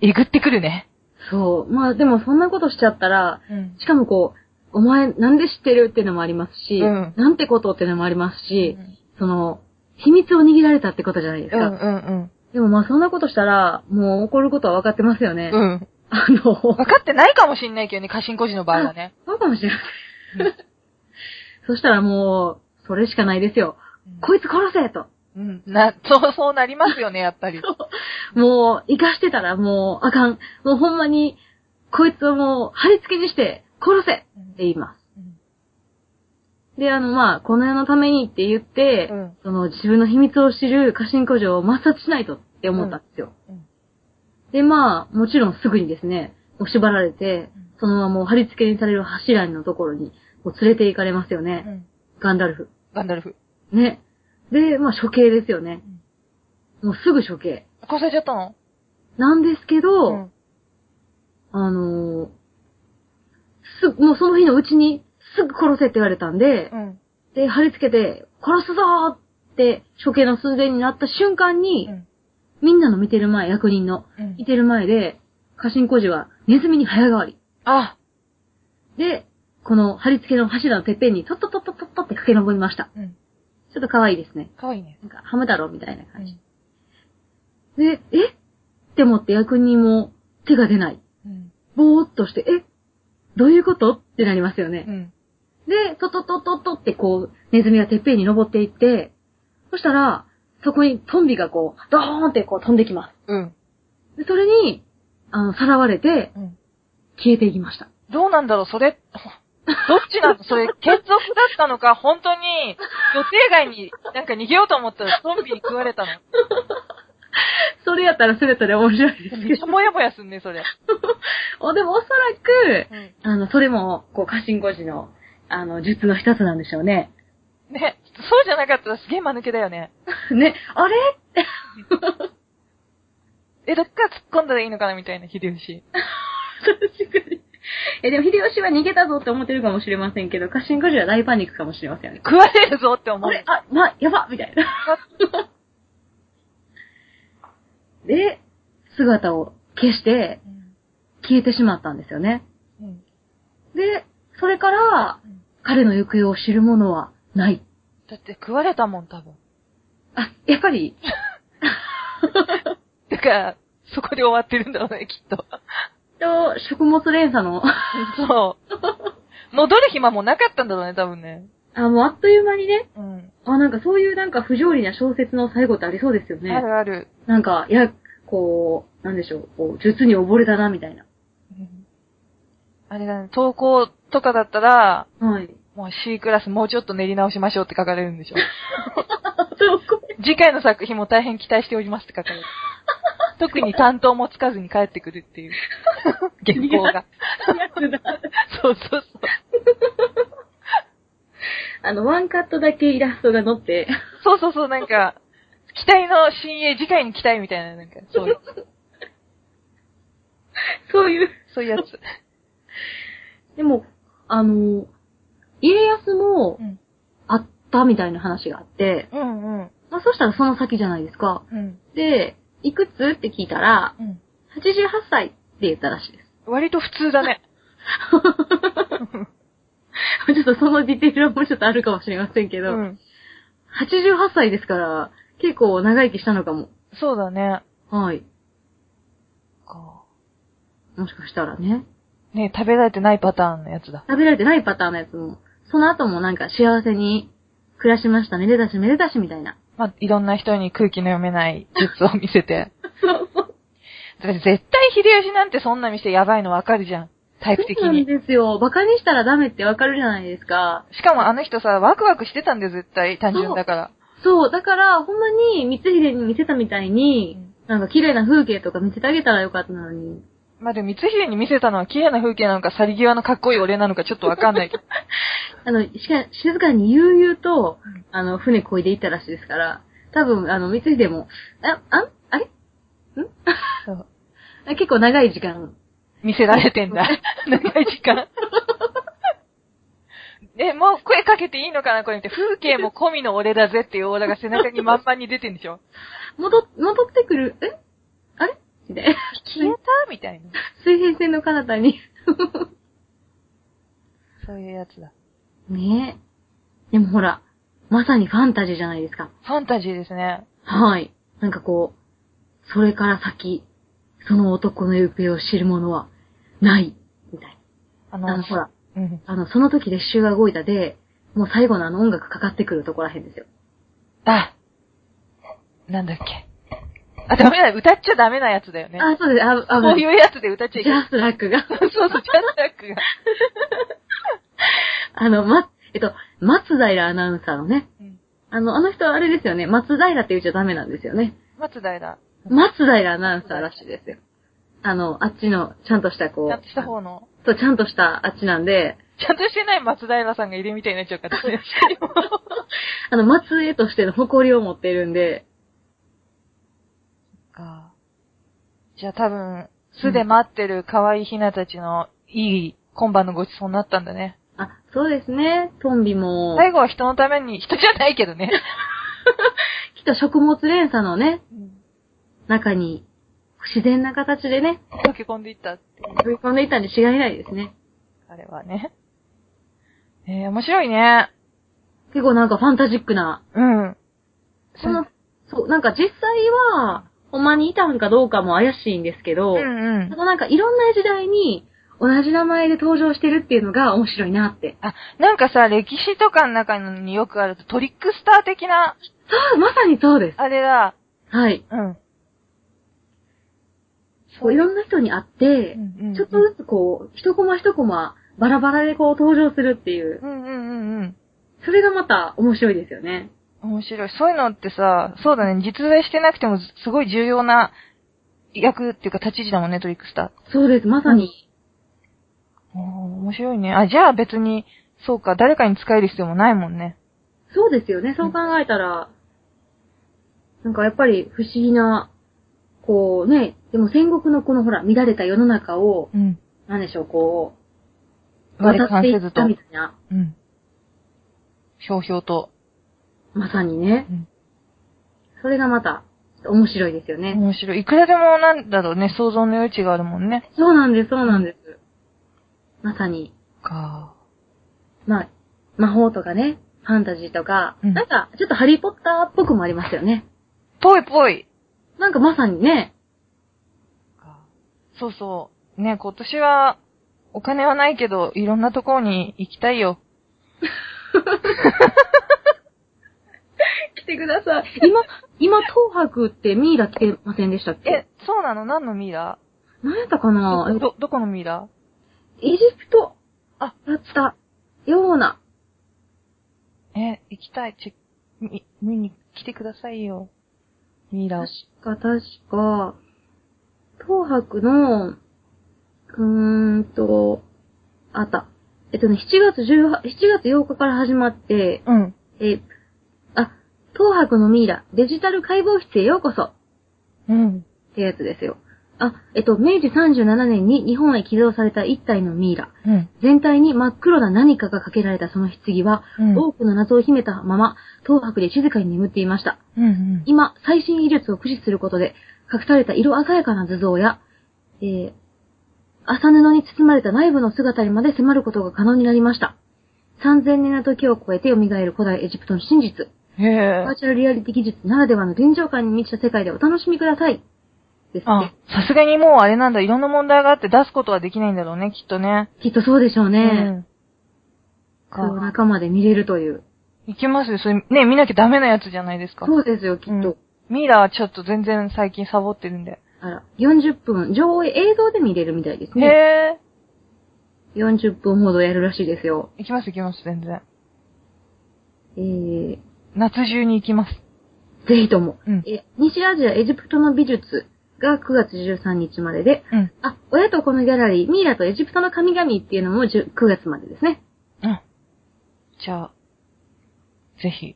Speaker 1: えぐってくるね。
Speaker 2: そう。まあでもそんなことしちゃったら、
Speaker 1: うん。
Speaker 2: しかもこう、お前なんで知ってるっていうのもありますし、
Speaker 1: うん
Speaker 2: なんてことっていうのもあります
Speaker 1: う
Speaker 2: し、
Speaker 1: ん
Speaker 2: その、秘密を握られたってことじゃないです
Speaker 1: う
Speaker 2: か。
Speaker 1: んうん
Speaker 2: でもまあそんなことしたら、もう怒ることは分かってますよね。
Speaker 1: うん。うん。
Speaker 2: あの、そ
Speaker 1: 分かってないかもしんないけどね、過信孤児の場合はね。
Speaker 2: うかもしれない。そしたらもう、それしかないですよ。こいつ殺せと。
Speaker 1: うん。な、そう、そうなりますよね、やっぱり。
Speaker 2: もう、生かしてたらもう、あかん。もうほんまに、こいつをもう、貼り付けにして、殺せって言います。
Speaker 1: うん
Speaker 2: で、あの、まあ、この世のためにって言って、
Speaker 1: うん
Speaker 2: その、自分の秘密を知る家臣工場を抹殺しないとって思ったんですよ。
Speaker 1: うん
Speaker 2: で、まあ、もちろんすぐにですね、もう縛られて
Speaker 1: うん、
Speaker 2: そのままもう貼り付けにされる柱のところに、こう連れて行かれますよ
Speaker 1: う
Speaker 2: ね。
Speaker 1: ん。
Speaker 2: ガンダルフ。
Speaker 1: ガンダルフ。
Speaker 2: ね。で、まあ、処刑ですよね。もうすぐ処刑。
Speaker 1: 殺されちゃったの
Speaker 2: なんですけど、
Speaker 1: うん。
Speaker 2: あのーす、もうその日のうちに、すぐ殺せって言われたんで、
Speaker 1: うん。
Speaker 2: で、貼り付けて、殺すぞーって、処刑の寸前になった瞬間に、
Speaker 1: うん
Speaker 2: みんなの見てる前、役人の、
Speaker 1: うん
Speaker 2: 見てる前で、家臣工事は、ネズミに早変わり。
Speaker 1: あ、
Speaker 2: で、この貼り付けの柱のてっぺんに、とっとっとっとっとっとって駆け上りました。
Speaker 1: うん。
Speaker 2: ちょっと可愛いですね。
Speaker 1: かわいいね。
Speaker 2: なんか、ハム太郎みたいな
Speaker 1: う
Speaker 2: 感じ
Speaker 1: ん。。
Speaker 2: で、えって思って役人も手が出ない。
Speaker 1: うん。
Speaker 2: ぼーっとして、えどういうことってなりますよね。
Speaker 1: うん。
Speaker 2: で、トトトトトってこう、ネズミがてっぺんに登っていって、そしたら、そこにトンビがこう、ドーンってこう飛んできま
Speaker 1: うん。
Speaker 2: す。で、それに、あの、さらわれて、
Speaker 1: うん。
Speaker 2: 消えていきました。
Speaker 1: どうなんだろう、それ、 どっちなのそれ、血族だったのか、本当に、予定外になんか逃げようと思ったら、ゾンビに食われたの。
Speaker 2: それやったらそれとで面白いです
Speaker 1: め
Speaker 2: け
Speaker 1: っちゃ
Speaker 2: ど。
Speaker 1: もやもやすんね、それ。
Speaker 2: おでもおそらく、
Speaker 1: うん。
Speaker 2: あの、それも、こう、家臣護士の、あの、術の一つなんでしょうね。
Speaker 1: ね、そうじゃなかったらすげえ間抜けだよね。
Speaker 2: ね、あれって。
Speaker 1: え、どっから突っ込んだらいいのかな、みたいな、秀吉。
Speaker 2: 確かに。え、でも、秀吉は逃げたぞって思ってるかもしれませんけど、家臣護士は大パニックかもしれませんね。
Speaker 1: 食われるぞって思
Speaker 2: あ
Speaker 1: う。
Speaker 2: れあ、ま、やばみたいな。 で、姿を消して、
Speaker 1: うん
Speaker 2: 消えてしまったんですよね。
Speaker 1: うん。
Speaker 2: で、それから
Speaker 1: うん、
Speaker 2: 彼の行方を知る者はない。
Speaker 1: だって食われたもん、多分。
Speaker 2: あ、やっぱり、
Speaker 1: だから、そこで終わってるんだろうね、きっと。
Speaker 2: と、食物連鎖の、
Speaker 1: そう。戻る暇もなかったんだろうね、多分ね。
Speaker 2: あ、もうあっという間にね、
Speaker 1: うん。
Speaker 2: あ、なんかそういうなんか不条理な小説の最後ってありそうですよ
Speaker 1: あ
Speaker 2: ね。
Speaker 1: るある。
Speaker 2: なんか、いや、こう、なんでしょう、こう、術に溺れたな、みたい
Speaker 1: う
Speaker 2: な。
Speaker 1: んあれだね、投稿とかだったら、
Speaker 2: はい。
Speaker 1: もう C クラスもうちょっと練り直しましょうって書かれるん でしょ。
Speaker 2: そうこれ
Speaker 1: 次回の作品も大変期待しておりますって書かれる。特に担当もつかずに帰ってくるって いう。原稿が。
Speaker 2: やつだ。
Speaker 1: そうそうそう。
Speaker 2: あの、ワンカットだけイラストが載って、
Speaker 1: そうそうそう、なんか、期待の新鋭、次回に期待みたいな、なんか、そういう、
Speaker 2: そういう。
Speaker 1: そういうやつ。
Speaker 2: でも、あの、家康も
Speaker 1: うん。
Speaker 2: あったみたいな話があって、
Speaker 1: うんうん。
Speaker 2: まあそしたらその先じゃないですか。
Speaker 1: うん。
Speaker 2: で、いくつって聞いたら、
Speaker 1: うん。
Speaker 2: 88歳って言ったらしいです。
Speaker 1: 割と普通だね。
Speaker 2: ちょっとそのディテールはもうちょっとあるかもしれませんけ
Speaker 1: う
Speaker 2: ど、
Speaker 1: ん。
Speaker 2: 88歳ですから、結構長生きしたのかも。
Speaker 1: そうだね。
Speaker 2: はい。
Speaker 1: か
Speaker 2: もしかしたらね。
Speaker 1: ね食べられてないパターンのやつだ。
Speaker 2: 食べられてないパターンのやつも、その後もなんか幸せに暮らしました、めでたしめでたしみた いな。
Speaker 1: まあ、いろんな人に空気の読めない術を見せて。 だって絶対秀吉なんてそんな見せてやばいのわかるじゃん。タイプ的
Speaker 2: そうなん
Speaker 1: に。
Speaker 2: ですよ。バカにしたらダメってわかるじゃないですか。
Speaker 1: しかもあの人さ、ワクワクしてたんだよ、絶対。単純だから。
Speaker 2: そう、だから、ほんまに、光秀に見せたみたいに、なんか綺麗な風景とか見せてあげたらよかったのに。
Speaker 1: まあ、でも光秀に見せたのは綺麗な風景なのか、去り際のかっこいい俺なのかちょっとわかんないけど。
Speaker 2: あの、しか、静かに悠々と、あの、船漕いでいったらしいですから、多分、あの、光秀も、あ、あ、あれ
Speaker 1: そう
Speaker 2: 結構長い時間。
Speaker 1: 見せられてん だ。長い時間。 え、もう声かけていいのかなこれ見て。風景も込みの俺だぜっていうオーラが背中に満々に出てんでしょ
Speaker 2: 戻っ、戻ってくる、えあれみたいな。
Speaker 1: 消えたみたいな。
Speaker 2: 水平線の彼方に。
Speaker 1: そういうやつだ。
Speaker 2: ねえ。でもほら、まさにファンタジーじゃないですか。
Speaker 1: ファンタジーですね。
Speaker 2: はい。なんかこう、それから先、その男の行方を知る者は、ない。みたい
Speaker 1: あ
Speaker 2: な。
Speaker 1: の
Speaker 2: あの、、ほら、
Speaker 1: うん。
Speaker 2: あの、その時列車が動いたで、もう最後のあの音楽かかってくるとこらへんですよ。
Speaker 1: あ、なんだっけ。あ、ダメだ。歌っちゃダメなやつだよね。
Speaker 2: あ、そうです。あ、あ、
Speaker 1: こういうやつで歌っちゃい
Speaker 2: ジ
Speaker 1: けない。
Speaker 2: ャスラックが、
Speaker 1: そうそう、ジャスラックが。
Speaker 2: あの、ま、えっと、松平アナウンサーのね、
Speaker 1: うん
Speaker 2: あの、あの人はあれですよね、松平って言っちゃダメなんですよね。
Speaker 1: 松平。
Speaker 2: 松平アナウンサーらしいですよ。あの、あっちの、ちゃんとしたこう。
Speaker 1: ちゃんとした方の。
Speaker 2: そう、ちゃんとしたあっちなんで、
Speaker 1: ちゃんとしてない松平さんがいるみたいになっちゃう から、ね、
Speaker 2: あの、松江としての誇りを持っているんで、
Speaker 1: か。じゃあ多分、巣で待ってる可愛いひなたちのいい今晩のごちそうになったんだね。
Speaker 2: あ、そうですね、トンビも、
Speaker 1: 最後は人のために、人じゃないけどね。
Speaker 2: きっと食物連鎖のね、中に、自然な形でね、
Speaker 1: 溶け込んでいったっていう、
Speaker 2: 飛び込んでいったんで違いないですね。
Speaker 1: あれはね。えー、面白いね。
Speaker 2: 結構なんかファンタジックな
Speaker 1: うん。
Speaker 2: その、そう、なんか実際は、ほんまにいたんかどうかも怪しいんですけど、
Speaker 1: うん
Speaker 2: そ
Speaker 1: うん。
Speaker 2: のなんかいろんな時代に同じ名前で登場してるっていうのが面白いなって。
Speaker 1: あ、なんかさ、歴史とかの中によくあるとトリックスター的な、
Speaker 2: そう、まさにそうです。
Speaker 1: あれだ。
Speaker 2: はい。
Speaker 1: うん。
Speaker 2: こういろんな人に会って
Speaker 1: う、んうんうん
Speaker 2: ちょっとずつこう、一コマ一コマ、バラバラでこう登場するっていう
Speaker 1: う、んうんうんうん。
Speaker 2: それがまた面白いですよね。
Speaker 1: 面白い。そういうのってさ、そうだね、実在してなくてもすすごい重要な役っていうか立ち位置だもんね、トリックスタ
Speaker 2: そうです、まさに。
Speaker 1: ー。おー面白いね。あ、じゃあ別に、そうか、誰かに使える必要もないもんね。
Speaker 2: そうですよね、そう考えたら、なんかやっぱり不思議な、こうね、でも戦国のこのほら、乱れた世の中を、
Speaker 1: うん。
Speaker 2: なんでしょう、こう、
Speaker 1: 我
Speaker 2: 渡
Speaker 1: 関
Speaker 2: ってい
Speaker 1: せ
Speaker 2: っ
Speaker 1: ず
Speaker 2: た
Speaker 1: と。
Speaker 2: みたいな、
Speaker 1: うん。ひょうひょうと。
Speaker 2: まさにね。
Speaker 1: うん
Speaker 2: それがまた、面白いですよね。
Speaker 1: 面白い。いくらでもなんだろうね、想像の余地があるもんね。
Speaker 2: そうなんです、そうなんです。まさに、
Speaker 1: か
Speaker 2: まあ、魔法とかね、ファンタジーとか、
Speaker 1: うん
Speaker 2: なんか、ちょっとハリーポッターっぽくもありますよね。
Speaker 1: ぽいぽい。
Speaker 2: なんかまさにね、
Speaker 1: そうそう。ね、今年は、お金はないけど、いろんなところに行きたいよ。
Speaker 2: 来てください。今、今、東博ってミイラ来てませんでしたっ
Speaker 1: え
Speaker 2: け、
Speaker 1: そうなの何のミイラ
Speaker 2: 何やったかな
Speaker 1: ど、ど、どこのミイラ
Speaker 2: エジプト、
Speaker 1: あ、
Speaker 2: だったような。
Speaker 1: え、行きたい。チェッ見、見に来てくださいよ。ミイラを。
Speaker 2: 確か、確か、東博の、うーんと、あった。えっとね、7月18、7月8日から始まって、
Speaker 1: うん。
Speaker 2: え、あ、東博のミイラ、デジタル解剖室へようこそっ
Speaker 1: うん。
Speaker 2: てやつですよ。あ、えっと、明治37年に日本へ寄贈された一体のミイラ。
Speaker 1: うん。
Speaker 2: 全体に真っ黒な何かがかけられたその棺は、
Speaker 1: うん
Speaker 2: 多くの謎を秘めたまま、東博で静かに眠っていました。
Speaker 1: うんうん。
Speaker 2: 今、最新技術を駆使することで、隠された色鮮やかな図像や、えー、麻布に包まれた内部の姿にまで迫ることが可能になりました。3000年の時を超えて蘇る古代エジプトの真実。
Speaker 1: へえ
Speaker 2: バー。チャルリアリティ技術ならではの臨場感に満ちた世界でお楽しみください。ですっ
Speaker 1: あ、さすがにもうあれなんだ、いろんな問題があって出すことはできないんだろうね、きっとね。
Speaker 2: て。きっとそうでしょう
Speaker 1: う
Speaker 2: ね。
Speaker 1: ん。
Speaker 2: こう中まで見れるという。
Speaker 1: いきますよ、それ、ね、見なきゃダメなやつじゃないですか。
Speaker 2: そうですよ、きっ
Speaker 1: う
Speaker 2: と。
Speaker 1: んミイラはちょっと全然最近サボってるんで。
Speaker 2: あら、40分、上映、映像で見れるみたいですね。
Speaker 1: へえ。
Speaker 2: 40分ほどやるらしいですよ。
Speaker 1: 行きます行きます、全然。
Speaker 2: えー、
Speaker 1: 夏中に行きます。
Speaker 2: ぜひとも、
Speaker 1: うん
Speaker 2: え。西アジアエジプトの美術が9月13日までで、
Speaker 1: うん。
Speaker 2: あ、親とこのギャラリー、ミイラとエジプトの神々っていうのも10 9月までですね。
Speaker 1: うん。じゃあ、ぜひ、
Speaker 2: ぜひ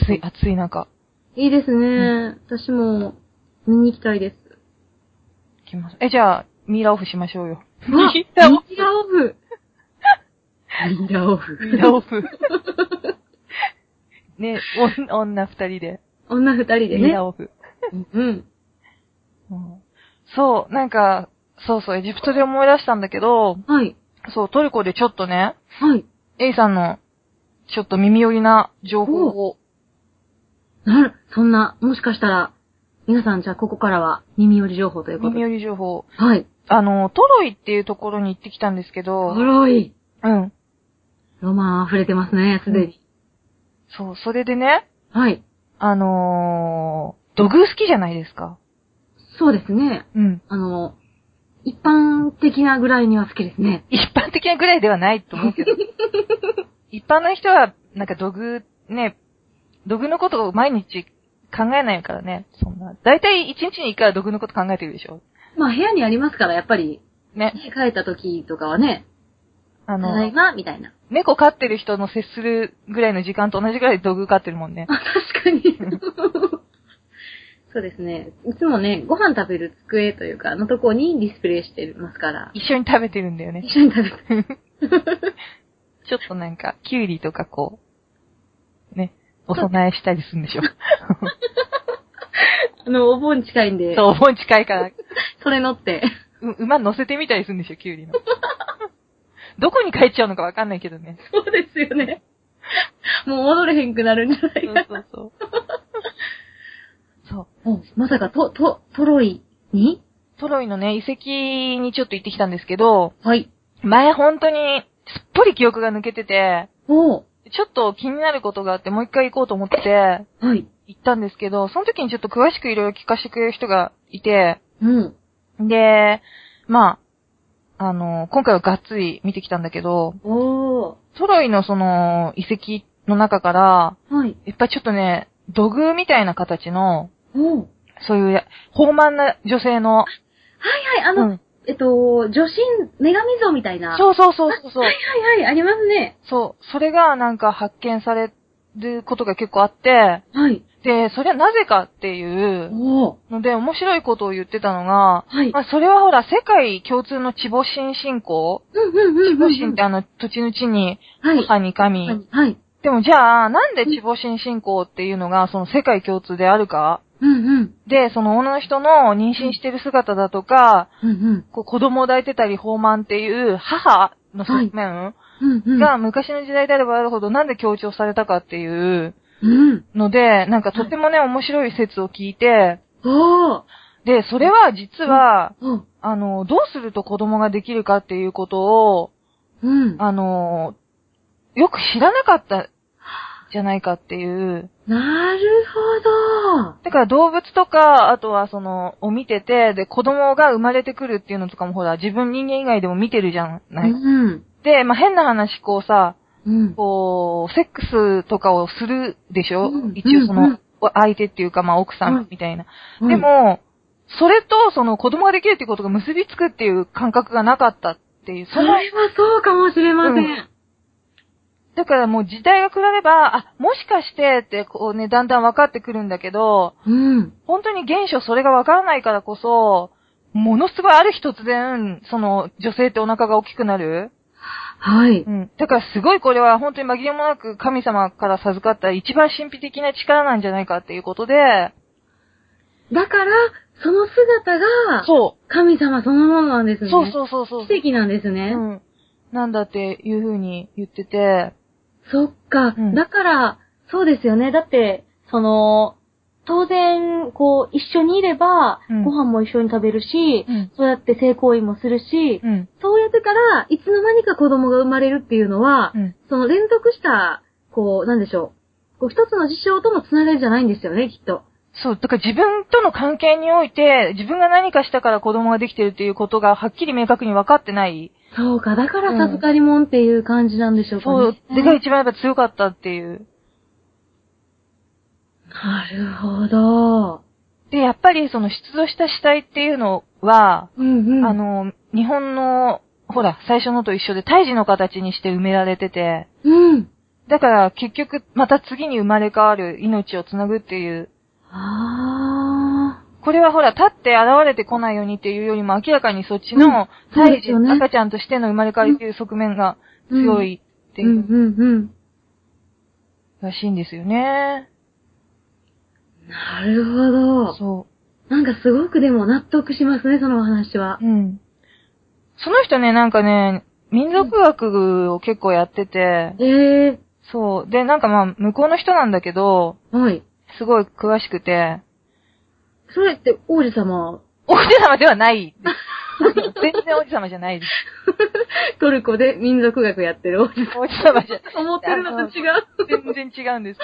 Speaker 1: 暑い、暑い中、
Speaker 2: いいですね。
Speaker 1: う
Speaker 2: 私も見に行き たいです。
Speaker 1: 行きます。え、じゃあ、ミイラオフしましょうよ。
Speaker 2: あ
Speaker 1: ミイラオフ
Speaker 2: ミイラオフミイ
Speaker 1: ミイ
Speaker 2: ラオフ。
Speaker 1: ラオフ。ね、お女二人で、
Speaker 2: 女二人
Speaker 1: ミ
Speaker 2: で
Speaker 1: イ
Speaker 2: ね
Speaker 1: ラ。オフ。
Speaker 2: うん。
Speaker 1: うんそう、なんか、そうそう、エジプトで思い出したんだけど、
Speaker 2: はい。
Speaker 1: そう、トルコでちょっとね、
Speaker 2: はい。
Speaker 1: A さんの、ちょっと耳寄りな情報を、
Speaker 2: なる、そんな、もしかしたら、皆さんじゃあここからは耳寄り情報ということ
Speaker 1: 耳
Speaker 2: で。
Speaker 1: 寄り情報、
Speaker 2: はい。
Speaker 1: あの、トロイっていうところに行ってきたんですけ
Speaker 2: あ
Speaker 1: ど、
Speaker 2: らい。
Speaker 1: うん。
Speaker 2: ロマン溢れてますね、すでに。
Speaker 1: そう、それでね、
Speaker 2: はい。
Speaker 1: あのー、土偶好きじゃないですか。
Speaker 2: そうですね。
Speaker 1: うん。
Speaker 2: あの、一般的なぐらいには好きですね。
Speaker 1: 一般的なぐらいではないと思うけ ど。一般の人は、なんか土偶、ね、土偶のことを毎日考えないからね、そんな。だいたい一日に一回は土偶のこと考えてるでしょ。
Speaker 2: まあ部屋にありますから、やっぱり、
Speaker 1: ね。
Speaker 2: 家帰った時とかはね、
Speaker 1: あ
Speaker 2: ただい
Speaker 1: の、
Speaker 2: ま、みたいな。
Speaker 1: 猫飼ってる人の接するぐらいの時間と同じぐらい土偶飼ってるもんね。
Speaker 2: あ、確かに。 そうですね。いつもね、ご飯食べる机というか、のとこにディスプレイしてますから、
Speaker 1: 一緒に食べてるんだよね。
Speaker 2: 一緒に食べて。
Speaker 1: ちょっとなんか、キュウリとかこう、ね、お供えしたりするんでしょ。
Speaker 2: あの、お盆近いんで、
Speaker 1: そう、お盆近いから、
Speaker 2: それ乗って。
Speaker 1: う馬乗せてみたりするんでしょ、キュウリの。どこに帰っちゃうのかわかんないけどね。
Speaker 2: そうですよね。もう戻れへんくなるんじゃない
Speaker 1: そうそうそう。そう。
Speaker 2: まさか、と、と、トロイに
Speaker 1: トロイのね、遺跡にちょっと行ってきたんですけど、
Speaker 2: はい。
Speaker 1: 前本当にすっぽり記憶が抜けてて、
Speaker 2: おう
Speaker 1: ちょっと気になることがあってもう一回行こうと思ってて、
Speaker 2: はい。
Speaker 1: 行ったんですけど、その時にちょっと詳しくいろいろ聞かせてくれる人がいて、
Speaker 2: うん。
Speaker 1: で、まあ、あの、今回はがっつり見てきたんだけど、
Speaker 2: おー。
Speaker 1: トロイのその遺跡の中から、
Speaker 2: はい。
Speaker 1: いっぱいちょっとね、土偶みたいな形の、
Speaker 2: おう
Speaker 1: そういう、豊満な女性の、
Speaker 2: はいはい、あ
Speaker 1: う
Speaker 2: の、
Speaker 1: ん。
Speaker 2: えっと、女神女神像みたいな。
Speaker 1: そうそうそうそうそう。
Speaker 2: はいはい、ありますね。
Speaker 1: そう。それがなんか発見されることが結構あって、
Speaker 2: はい。
Speaker 1: で、それはなぜかっていう
Speaker 2: おー。
Speaker 1: ので、面白いことを言ってたのが、
Speaker 2: はい。
Speaker 1: まあ、それはほら、世界共通の地母神信仰
Speaker 2: うんうんうん
Speaker 1: 地
Speaker 2: うん
Speaker 1: 母神っ
Speaker 2: うん。
Speaker 1: てあの、土地の地に、
Speaker 2: はい。
Speaker 1: 母に神。
Speaker 2: はい。はい。
Speaker 1: でもじゃあ、なんで地母神信仰っていうのが、その世界共通であるか
Speaker 2: うんうん。
Speaker 1: で、その女の人の妊娠してる姿だとか、
Speaker 2: うんうん。
Speaker 1: こう子供を抱いてたり、放満っていう母の側面
Speaker 2: うんうん。
Speaker 1: が昔の時代であればあるほどなんで強調されたかっていう
Speaker 2: うん。
Speaker 1: ので、なんかとてもね、面白い説を聞いて、
Speaker 2: おー。
Speaker 1: で、それは実は、
Speaker 2: おー。
Speaker 1: あの、どうすると子供ができるかっていうことを、
Speaker 2: うん。
Speaker 1: あの、よく知らなかったじゃないかっていう。
Speaker 2: なるほど。
Speaker 1: だから動物とか、あとはその、を見てて、で、子供が生まれてくるっていうのとかもほら、自分人間以外でも見てるじゃない。
Speaker 2: うん。
Speaker 1: で、まあ、変な話、こうさ、
Speaker 2: うん。
Speaker 1: こう、セックスとかをするでしょ、
Speaker 2: うん
Speaker 1: 一応その、
Speaker 2: うん
Speaker 1: 相手っていうか、まあ、奥さ
Speaker 2: うん
Speaker 1: んみたいな。で、も、それと、その、子供ができるっていうことが結びつくっていう感覚がなかったっていう。
Speaker 2: そ
Speaker 1: そ
Speaker 2: れ
Speaker 1: の
Speaker 2: は、そうかもしれません。
Speaker 1: だからもう時代が来れば、あ、もしかしてって、こうね、だんだん分かってくるんだけど、
Speaker 2: うん。
Speaker 1: 本当に現象それが分からないからこそ、ものすごいある日突然、その、女性ってお腹が大きくなる
Speaker 2: はい。
Speaker 1: うん。だからすごいこれは本当に紛れもなく神様から授かった一番神秘的な力なんじゃないかっていうことで、
Speaker 2: だから、その姿が、
Speaker 1: そ
Speaker 2: 神様そのものなんです
Speaker 1: う。
Speaker 2: ね。
Speaker 1: そうそうそうそう。
Speaker 2: 奇跡なんですね。
Speaker 1: うん。なんだっていう風に言ってて、
Speaker 2: そっか、
Speaker 1: うん
Speaker 2: だから、そうですよね。だって、その、当然、こう、一緒にいれば、
Speaker 1: うん
Speaker 2: ご飯も一緒に食べるし、
Speaker 1: うん。
Speaker 2: そうやって性行為もするし、
Speaker 1: うん。
Speaker 2: そうやってから、いつの間にか子供が生まれるっていうのは、
Speaker 1: うん。
Speaker 2: その連続した、こう、なんでしょう。こう、一つの事象ともつながりじゃないんですよね、きっと。
Speaker 1: そう、だから自分との関係において、自分が何かしたから子供ができてるっていうことがはっきり明確に分かってない。
Speaker 2: そうか、だから
Speaker 1: うん
Speaker 2: 授かりもんっていう感じなんでしょうか
Speaker 1: そう
Speaker 2: ね。、
Speaker 1: でが一番やっぱ強かったっていう。
Speaker 2: なるほど。
Speaker 1: で、やっぱりその出土した死体っていうのは、
Speaker 2: うんうん。
Speaker 1: あ、の、日本の、ほら、最初のと一緒で胎児の形にして埋められてて、
Speaker 2: うん。
Speaker 1: だから結局また次に生まれ変わる命をつなぐっていう、
Speaker 2: あ
Speaker 1: これはほら、立って現れてこないようにっていうよりも明らかにそっちの
Speaker 2: うんそう
Speaker 1: 胎
Speaker 2: で
Speaker 1: 児、
Speaker 2: すよね
Speaker 1: 赤ちゃんとしての生まれ変わりっていう側面が
Speaker 2: あ。
Speaker 1: 強いって
Speaker 2: うん
Speaker 1: いううん
Speaker 2: うん。
Speaker 1: らしいんですよね。
Speaker 2: なるほど。
Speaker 1: そ
Speaker 2: なんかすごくでも納得しますね、そのお話は
Speaker 1: う。。うん。その人ね、なんかね、民族学を結構やってて、
Speaker 2: ええ
Speaker 1: そう。で、なんかまあ、向こうの人なんだけど、
Speaker 2: はい。
Speaker 1: すごい詳しくて、
Speaker 2: それって王子様、
Speaker 1: 王子様ではないです。全然王子様じゃないです。
Speaker 2: トルコで民族学やってる王子
Speaker 1: 王子様じゃ、
Speaker 2: 様。思ってるのと違う。
Speaker 1: 全然違うんです。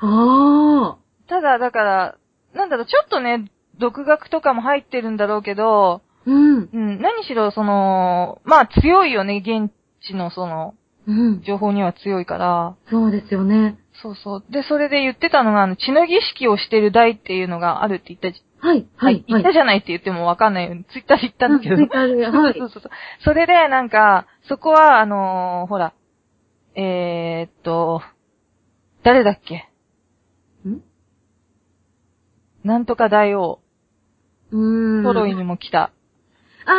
Speaker 2: ああ。
Speaker 1: ただ、だから、なんだろう、ちょっとね、独学とかも入ってるんだろうけど、
Speaker 2: うん。
Speaker 1: うん、何しろ、その、まあ強いよね、現地のその、
Speaker 2: うん。
Speaker 1: 情報には強いから。
Speaker 2: そうですよね。
Speaker 1: そうそう。で、それで言ってたのが、あの、血の儀式をしてる台っていうのがあるって言ったじ、
Speaker 2: はい、はい、
Speaker 1: 言
Speaker 2: は
Speaker 1: っ
Speaker 2: い。
Speaker 1: たじゃないって言ってもわかんないように、ツイッターで言ったんだけど。
Speaker 2: うんあるはい
Speaker 1: そう。そうそう。それで、なんか、そこは、あのーほら、えー、っと、誰だっけ
Speaker 2: ん
Speaker 1: なんとか大王。
Speaker 2: うん。
Speaker 1: トロイにも来た。
Speaker 2: ああ。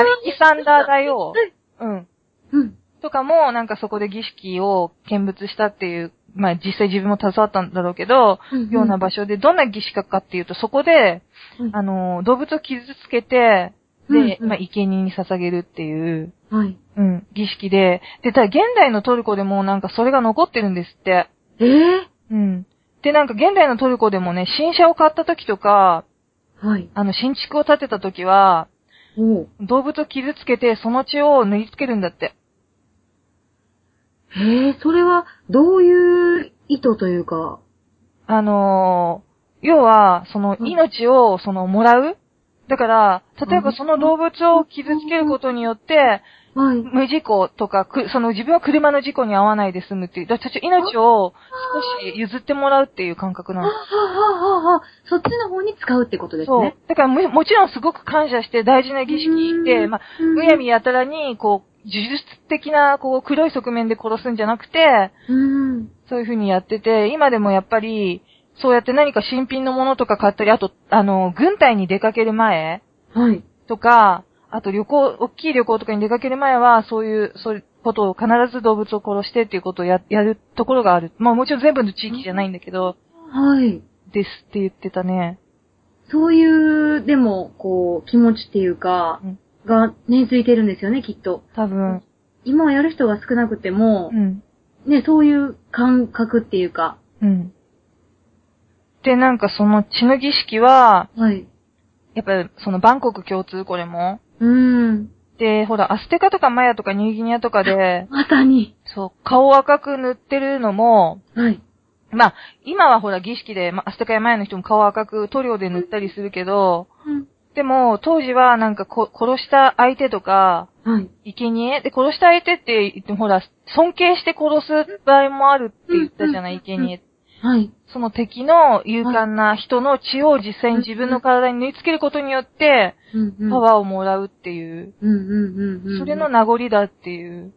Speaker 1: アレキサンダー大王。うん。
Speaker 2: うん。
Speaker 1: とかも、なんかそこで儀式を見物したっていう、まあ実際自分も携わったんだろうけど、
Speaker 2: うん
Speaker 1: ような場所で、どんな儀式かっていうと、そこで、
Speaker 2: うん
Speaker 1: あの、動物を傷つけて、で、
Speaker 2: うんうん
Speaker 1: まあ、生贄に捧げるっていう、
Speaker 2: はい。
Speaker 1: うん、儀式で、で、ただ現代のトルコでもなんかそれが残ってるんですって。
Speaker 2: ええ
Speaker 1: うん。で、なんか現代のトルコでもね、新車を買った時とか、
Speaker 2: はい。
Speaker 1: あの、新築を建てた時は、
Speaker 2: おう
Speaker 1: 動物を傷つけて、その血を塗りつけるんだって。
Speaker 2: へえ、それは、どういう意図というか。
Speaker 1: あのー要は、その
Speaker 2: うん
Speaker 1: 命を、その、もらうだから、例えばその動物を傷つけることによって、
Speaker 2: はい。
Speaker 1: 無事故とか、くその自分は車の事故に遭わないで済むっていう、だからちょっと命を少し譲ってもらうっていう感覚
Speaker 2: あ
Speaker 1: な
Speaker 2: は
Speaker 1: の。
Speaker 2: はははそっちの方に使うってことです
Speaker 1: そう
Speaker 2: ね。。
Speaker 1: だからも、もちろんすごく感謝して大事な儀式
Speaker 2: う
Speaker 1: で、
Speaker 2: ん
Speaker 1: まあ、
Speaker 2: うん
Speaker 1: むやみやたらに、こう、呪術的な、こう、黒い側面で殺すんじゃなくて、
Speaker 2: うん。
Speaker 1: そういう風にやってて、今でもやっぱり、そうやって何か新品のものとか買ったり、あと、あの、軍隊に出かける前
Speaker 2: はい。
Speaker 1: とか、あと旅行、大きい旅行とかに出かける前は、そういう、そういうことを必ず動物を殺してっていうことをや、やるところがある。まあもちろん全部の地域じゃないんだけど、
Speaker 2: はい。
Speaker 1: ですって言ってたね。
Speaker 2: そういう、でも、こう、気持ちっていうか
Speaker 1: うん、
Speaker 2: が根付いてるんですよね、きっと。
Speaker 1: 多分。
Speaker 2: 今はやる人が少なくても
Speaker 1: う、ん。
Speaker 2: ね、そういう感覚っていうか。
Speaker 1: うん。で、なんかその血の儀式は、
Speaker 2: はい。
Speaker 1: やっぱりそのバンコク共通これも。
Speaker 2: うん。
Speaker 1: で、ほら、アステカとかマヤとかニューギニアとか で、
Speaker 2: まさに。
Speaker 1: そう、顔を赤く塗ってるのも、
Speaker 2: はい。
Speaker 1: まあ、今はほら儀式で、まあ、アステカやマヤの人も顔を赤く塗料で塗ったりするけど、
Speaker 2: うん。
Speaker 1: でも、当時はなんかこ殺した相手とか、
Speaker 2: はい。
Speaker 1: 生贄で、殺した相手って言ってもほら、尊敬して殺す場合もあるって言ったじゃない、
Speaker 2: うん
Speaker 1: 生
Speaker 2: うんうん
Speaker 1: 贄。
Speaker 2: はい。
Speaker 1: その敵の勇敢な人の血を実際に自分の体に縫い付けることによって、
Speaker 2: うんうん。
Speaker 1: パワーをもらうっていう、
Speaker 2: うんうんうんうん。
Speaker 1: それの名残だっていう。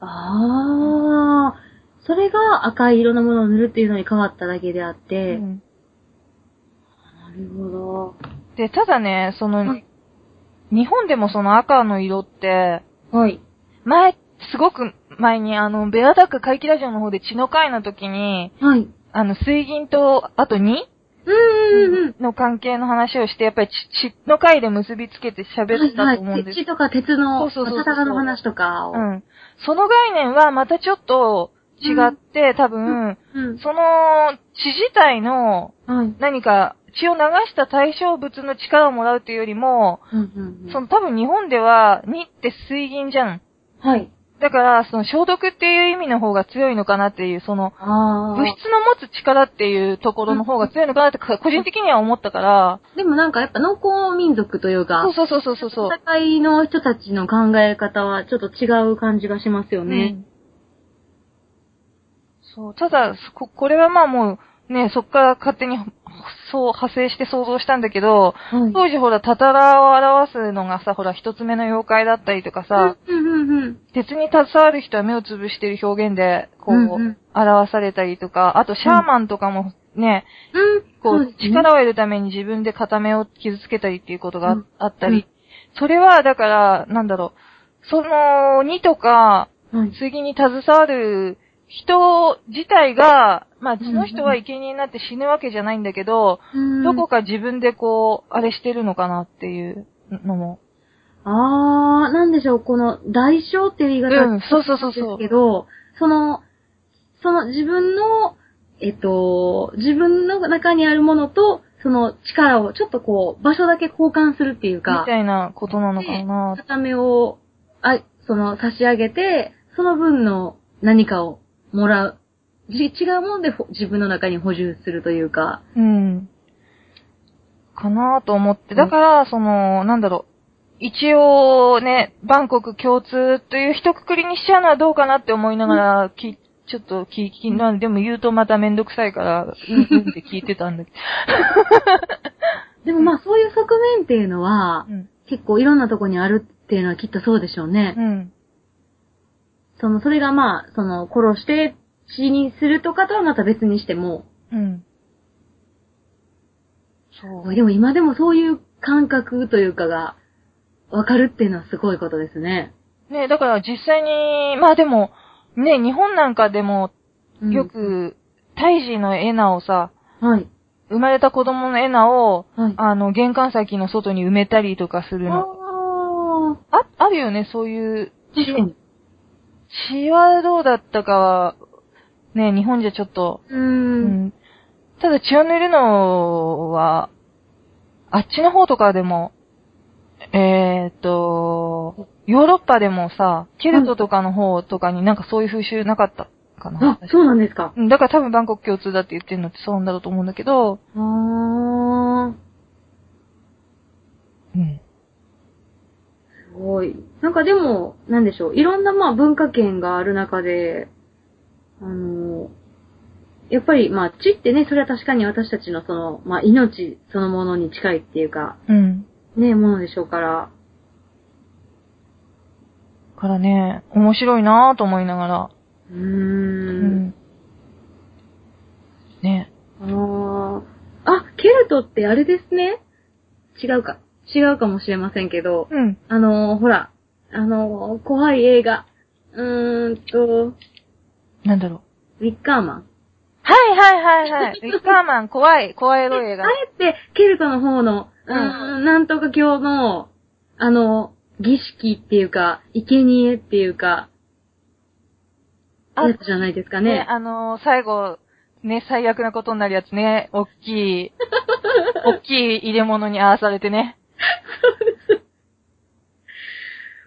Speaker 2: ああ、それが赤い色のものを塗るっていうのに変わっただけであっ
Speaker 1: う
Speaker 2: て、
Speaker 1: ん
Speaker 2: なるほど。
Speaker 1: で、ただね、その、
Speaker 2: はい
Speaker 1: 日本でもその赤の色って、
Speaker 2: はい。
Speaker 1: 前、すごく前にあの、ベアダック怪奇ラジオの方で血の会の時に、
Speaker 2: はい。
Speaker 1: あの、水銀と、あと 2?
Speaker 2: うんうんうん。
Speaker 1: の関係の話をして、やっぱり血血の会で結びつけて喋っ
Speaker 2: は
Speaker 1: た
Speaker 2: い
Speaker 1: と思
Speaker 2: は
Speaker 1: うん
Speaker 2: い。
Speaker 1: です
Speaker 2: 鉄とか鉄の、
Speaker 1: そうそうそうそう
Speaker 2: 戦の話とかを。
Speaker 1: うん。その概念はまたちょっと違って、多分、
Speaker 2: うん。
Speaker 1: その血自体の
Speaker 2: はい。
Speaker 1: 何か血を流した対象物の力をもらうというよりも、
Speaker 2: うんうんうん。
Speaker 1: その多分日本では、にって水銀じゃん。
Speaker 2: はい。
Speaker 1: だから、その消毒っていう意味の方が強いのかなっていう、その、
Speaker 2: ああ。
Speaker 1: 物質の持つ力っていうところの方が強いのか なってか、個人的には思ったから、
Speaker 2: でもなんかやっぱ農耕民族というか、
Speaker 1: そうそうそうそうそう。
Speaker 2: 戦いの人たちの考え方はちょっと違う感じがしますよね。
Speaker 1: そう、ただ、そこ、これはまあもう、ね、そっから勝手に、そう、派生して想像したんだけど、
Speaker 2: はい。
Speaker 1: 当時ほら、タタラを表すのがさ、ほら、一つ目の妖怪だったりとかさ、
Speaker 2: うんうんうんうん。
Speaker 1: 鉄に携わる人は目をつぶしてる表現で、こう、
Speaker 2: うんうん
Speaker 1: 表されたりとか、あと、シャーマンとかもね、
Speaker 2: うん。
Speaker 1: こう、
Speaker 2: そうですね
Speaker 1: 力を得るために自分で片目を傷つけたりっていうことがあ
Speaker 2: うん
Speaker 1: あった
Speaker 2: う
Speaker 1: り
Speaker 2: ん、
Speaker 1: それは、だから、なんだろう、その、2とか、
Speaker 2: はい。
Speaker 1: 次に携わる人自体が、まあ、
Speaker 2: ん
Speaker 1: その人は生贄になって死ぬわけじゃないんだけど、
Speaker 2: うん
Speaker 1: どこか自分でこう、あれしてるのかなっていうのも。
Speaker 2: あー、なんでしょう、この、代償っていう言い方
Speaker 1: うんそうそうそうそう
Speaker 2: なんですけど、その、その自分の、えっと、自分の中にあるものと、その力をちょっとこう、場所だけ交換するっていう
Speaker 1: み
Speaker 2: か、
Speaker 1: たいなことなのかな。
Speaker 2: 片目を、あ、その差し上げて、その分の何かをもらう。じ違うものでほ自分の中に補充するというか。
Speaker 1: うん。かなと思って。
Speaker 2: うん
Speaker 1: だから、その、なんだろう。一応ね、バンコク共通という一括りにしちゃうのはどうかなって思いながら、きちょっと聞き、なんでも言うとまためんどくさいから、うんうんって聞いてたんだけ
Speaker 2: でもまあそういう側面っていうのは
Speaker 1: ど。、うん。
Speaker 2: 結構いろんなとこにあるっていうのはきっとそうでしょうね。
Speaker 1: うん。
Speaker 2: その、それがまあ、その、殺して死にするとかとはまた別にしても、
Speaker 1: うん。そう。
Speaker 2: でも今でもそういう感覚というかが、わかるっていうのはすごいことですね。
Speaker 1: ね、だから実際に、まあでも、ね、日本なんかでも
Speaker 2: うん
Speaker 1: よく、、胎児のエナをさ、
Speaker 2: はい。
Speaker 1: 生まれた子供のエナを、
Speaker 2: はい。
Speaker 1: あの、玄関先の外に埋めたりとかするの。
Speaker 2: あ
Speaker 1: あ、あるよね、そういう。
Speaker 2: ー確かに。
Speaker 1: 血はどうだったかは、ね、日本じゃちょっと、
Speaker 2: う。
Speaker 1: うんん。ただ血を塗るのは、あっちの方とかでも、えーっと、ヨーロッパでもさ、ケルトとかの方とかになんかそういう風習なかったか
Speaker 2: あ
Speaker 1: な。、
Speaker 2: そうなんですか。
Speaker 1: うんだから多分バンコク共通だって言ってるのってそうなんだろうと思うんだけど、
Speaker 2: あー、
Speaker 1: うん。
Speaker 2: すごい。なんかでも、なんでしょう。いろんなまあ文化圏がある中で、あの、やっぱりまあ地ってね、それは確かに私たちのその、まあ命そのものに近いっていうか、
Speaker 1: うん。
Speaker 2: ね、ものでしょうから。
Speaker 1: だからね、面白いなぁと思いながら。
Speaker 2: うー。。
Speaker 1: うんね。
Speaker 2: ああ。あ、ケルトってあれですね。違うか。違うかもしれませんけど、
Speaker 1: うん。
Speaker 2: あのー、ほら、あのー、怖い映画。うーんと、
Speaker 1: なんだろう。
Speaker 2: ウィッカーマン。
Speaker 1: はいはいはいはい。ウィッカーマン、怖い、怖いエロい映
Speaker 2: あ
Speaker 1: 画。
Speaker 2: れって、ケルトの方の、うーん、なんとか教の、あの、儀式っていうか、生贄っていうか、
Speaker 1: あ
Speaker 2: やつじゃないですか
Speaker 1: ね
Speaker 2: ね。
Speaker 1: あのー最後、ね、最悪なことになるやつね。おっき い、おっきい入れ物に合わされてね。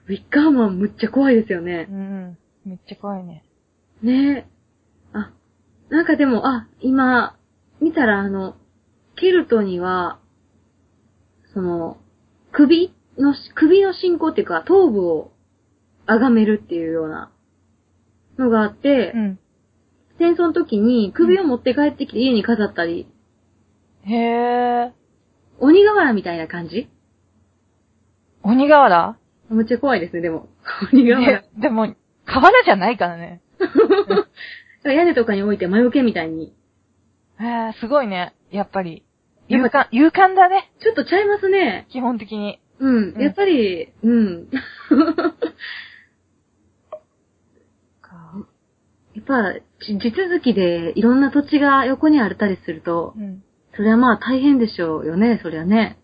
Speaker 2: ウィッカーマンむっちゃ怖いですよね
Speaker 1: う。ん。めっちゃ怖いね。
Speaker 2: ねえ。あ、なんかでも、あ、今、見たらあの、ケルトには、その、首の、首の信仰っていうか、頭部を崇めるっていうようなのがあって、
Speaker 1: うん。
Speaker 2: 戦争の時に首を持って帰ってきて家に飾ったり、
Speaker 1: へー。
Speaker 2: 鬼瓦みたいな感じ
Speaker 1: 鬼瓦
Speaker 2: むっちゃ怖いですね、で も。鬼瓦。
Speaker 1: えでも、瓦じゃないからね。
Speaker 2: 屋根とかに置いて魔除けみたいに。
Speaker 1: へー、すごいね。やっぱり。勇敢、勇敢だね。
Speaker 2: ちょっとちゃいますね。
Speaker 1: 基本的に。
Speaker 2: うん
Speaker 1: う。ん
Speaker 2: やっぱり、うん。やっぱ、じ地続きでいろんな土地が横にあったりすると、
Speaker 1: うん。
Speaker 2: それはまあ大変でしょうよね、そりゃね。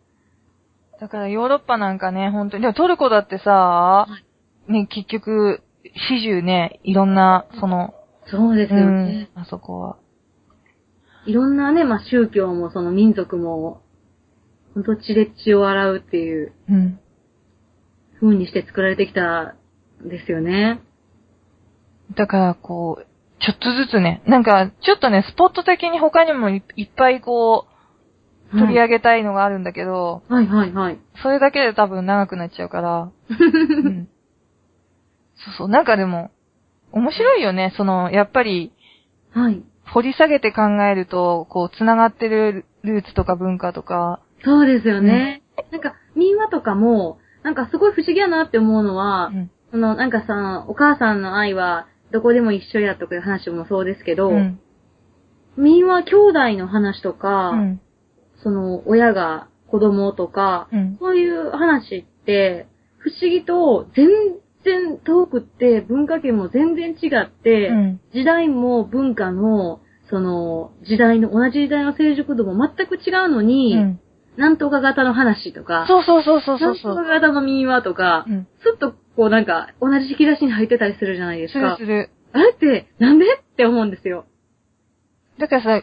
Speaker 1: だからヨーロッパなんかね、本当に。でもトルコだってさ、ね、結局、始終ね、いろんな、その、
Speaker 2: そうです
Speaker 1: う
Speaker 2: よね。
Speaker 1: ん、あそこは。
Speaker 2: いろんなね、まあ宗教もその民族も、ほんと血で血を洗うっていう
Speaker 1: うん。
Speaker 2: 風にして作られてきたんですよね。
Speaker 1: だから、こう、ちょっとずつね、なんか、ちょっとね、スポット的に他にもいいっぱいこう、取り上げたいのがあるんだけど、
Speaker 2: はいはいはい。
Speaker 1: それだけで多分長くなっちゃう から。うん、そうそう、なんかでも、面白いよね。その、やっぱり、
Speaker 2: はい。
Speaker 1: 掘り下げて考えると、こう、繋がってるルーツとか文化とか。
Speaker 2: そうですよね。なんか、民話とかも、なんかすごい不思議やなって思うのは、
Speaker 1: うん。
Speaker 2: そのなんかさ、お母さんの愛はどこでも一緒やとかいう話もそうですけど、
Speaker 1: うん。
Speaker 2: 民話兄弟の話とか、
Speaker 1: うん。
Speaker 2: その親が子供とか、
Speaker 1: うん。
Speaker 2: そういう話って、不思議と全然遠くって、文化圏も全然違って、
Speaker 1: うん
Speaker 2: 時代も文化の、その、時代の、同じ時代の成熟度も全く違うのに、
Speaker 1: うん
Speaker 2: なんとか型の話とか、
Speaker 1: そうそうそうそうそうそ
Speaker 2: なん
Speaker 1: う。
Speaker 2: とか型の民話とか
Speaker 1: う、ん。
Speaker 2: すっとこうなんか、同じ引き出しに入ってたりするじゃないです
Speaker 1: する
Speaker 2: か
Speaker 1: す。る。
Speaker 2: あれって、なんでって思うんですよ。
Speaker 1: だからさ、伝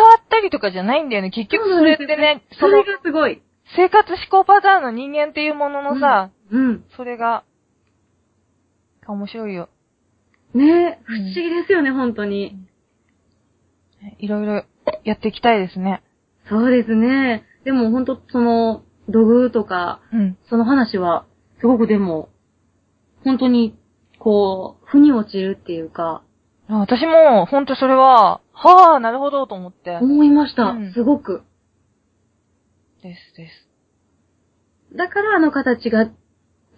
Speaker 1: わったりとかじゃないんだよね。結局それってね、
Speaker 2: そ
Speaker 1: その
Speaker 2: れがすごい。
Speaker 1: 生活思考パターンの人間っていうもののさ、
Speaker 2: うん。
Speaker 1: それが、面白いよ。
Speaker 2: ねえ、
Speaker 1: う
Speaker 2: 不
Speaker 1: ん
Speaker 2: 思議ですよね、本当に。
Speaker 1: いろいろやっていきたいですね。
Speaker 2: そうですね。でも本当その、土偶とか、
Speaker 1: うん。
Speaker 2: その話は、すごくでも、本当に、こう、腑に落ちるっていうか、
Speaker 1: あ私も、ほんとそれは、はあ、なるほどと思って。
Speaker 2: 思いました、
Speaker 1: うん
Speaker 2: すごく。
Speaker 1: ですです。
Speaker 2: だからあの形が、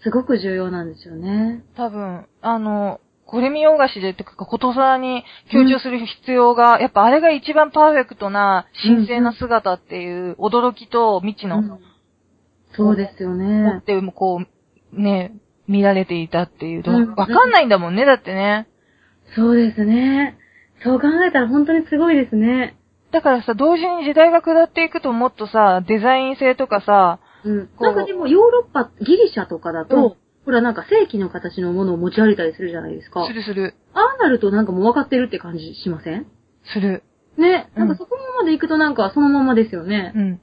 Speaker 2: すごく重要なんですよね。
Speaker 1: 多分、あの、これ見ようがしで、とか、ことさらに強調する必要が、やっぱあれが一番パーフェクトな、神聖な姿っていう、驚きと未知
Speaker 2: う
Speaker 1: の
Speaker 2: ん、そうですよ
Speaker 1: 持っ
Speaker 2: ね。
Speaker 1: て、こう、ね、見られていたっていうと、
Speaker 2: うん
Speaker 1: わかんないんだもんね、だってね。
Speaker 2: そうですね。そう考えたら本当にすごいですね。
Speaker 1: だからさ、同時に時代が下っていくともっとさ、デザイン性とかさ、
Speaker 2: うん。
Speaker 1: こう
Speaker 2: なんかでもヨーロッパ、ギリシャとかだと、
Speaker 1: うん
Speaker 2: ほらなんか正規の形のものを持ち歩いたりするじゃないですか。
Speaker 1: するする、
Speaker 2: ああなるとなんかもう分かってるって感じしません
Speaker 1: する。
Speaker 2: ね、
Speaker 1: う
Speaker 2: なんんかそこまで行くとなんかそのままですよね。
Speaker 1: うん。